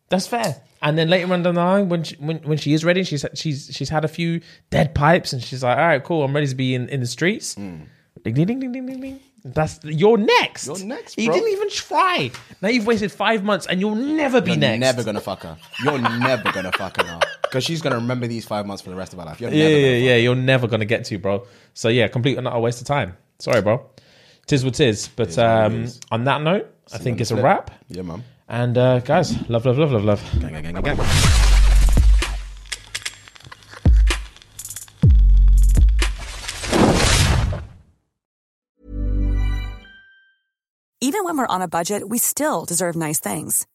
A: That's fair. And then later on down the line, when she, when, when she is ready, she's she's she's had a few dead pipes, and she's like, all right, cool, I'm ready to be in, in the streets. Ding ding ding ding ding ding ding. That's you're next.
B: Hmm. You're next,
A: You
B: bro.
A: didn't even try. Now you've wasted five months, and you'll never be
B: You're
A: next.
B: never gonna fuck her. You're never gonna fuck her now. Because she's gonna remember these five months for the rest of her life. You're
A: yeah,
B: never
A: yeah,
B: gonna
A: yeah. You're never gonna get to, bro. So yeah, complete and utter waste of time. Sorry, bro. Tis what tis. But um, on that note, I think it's a wrap.
B: Yeah, man.
A: And uh, guys, love, love, love, love, love.
B: Gang, gang, gang, gang, gang.
C: Even when we're on a budget, we still deserve nice things.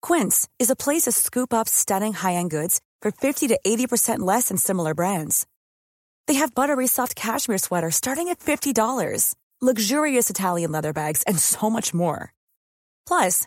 C: Quince is a place to scoop up stunning high end goods for 50 to 80% less than similar brands. They have buttery soft cashmere sweaters starting at $50, luxurious Italian leather bags, and so much more. Plus,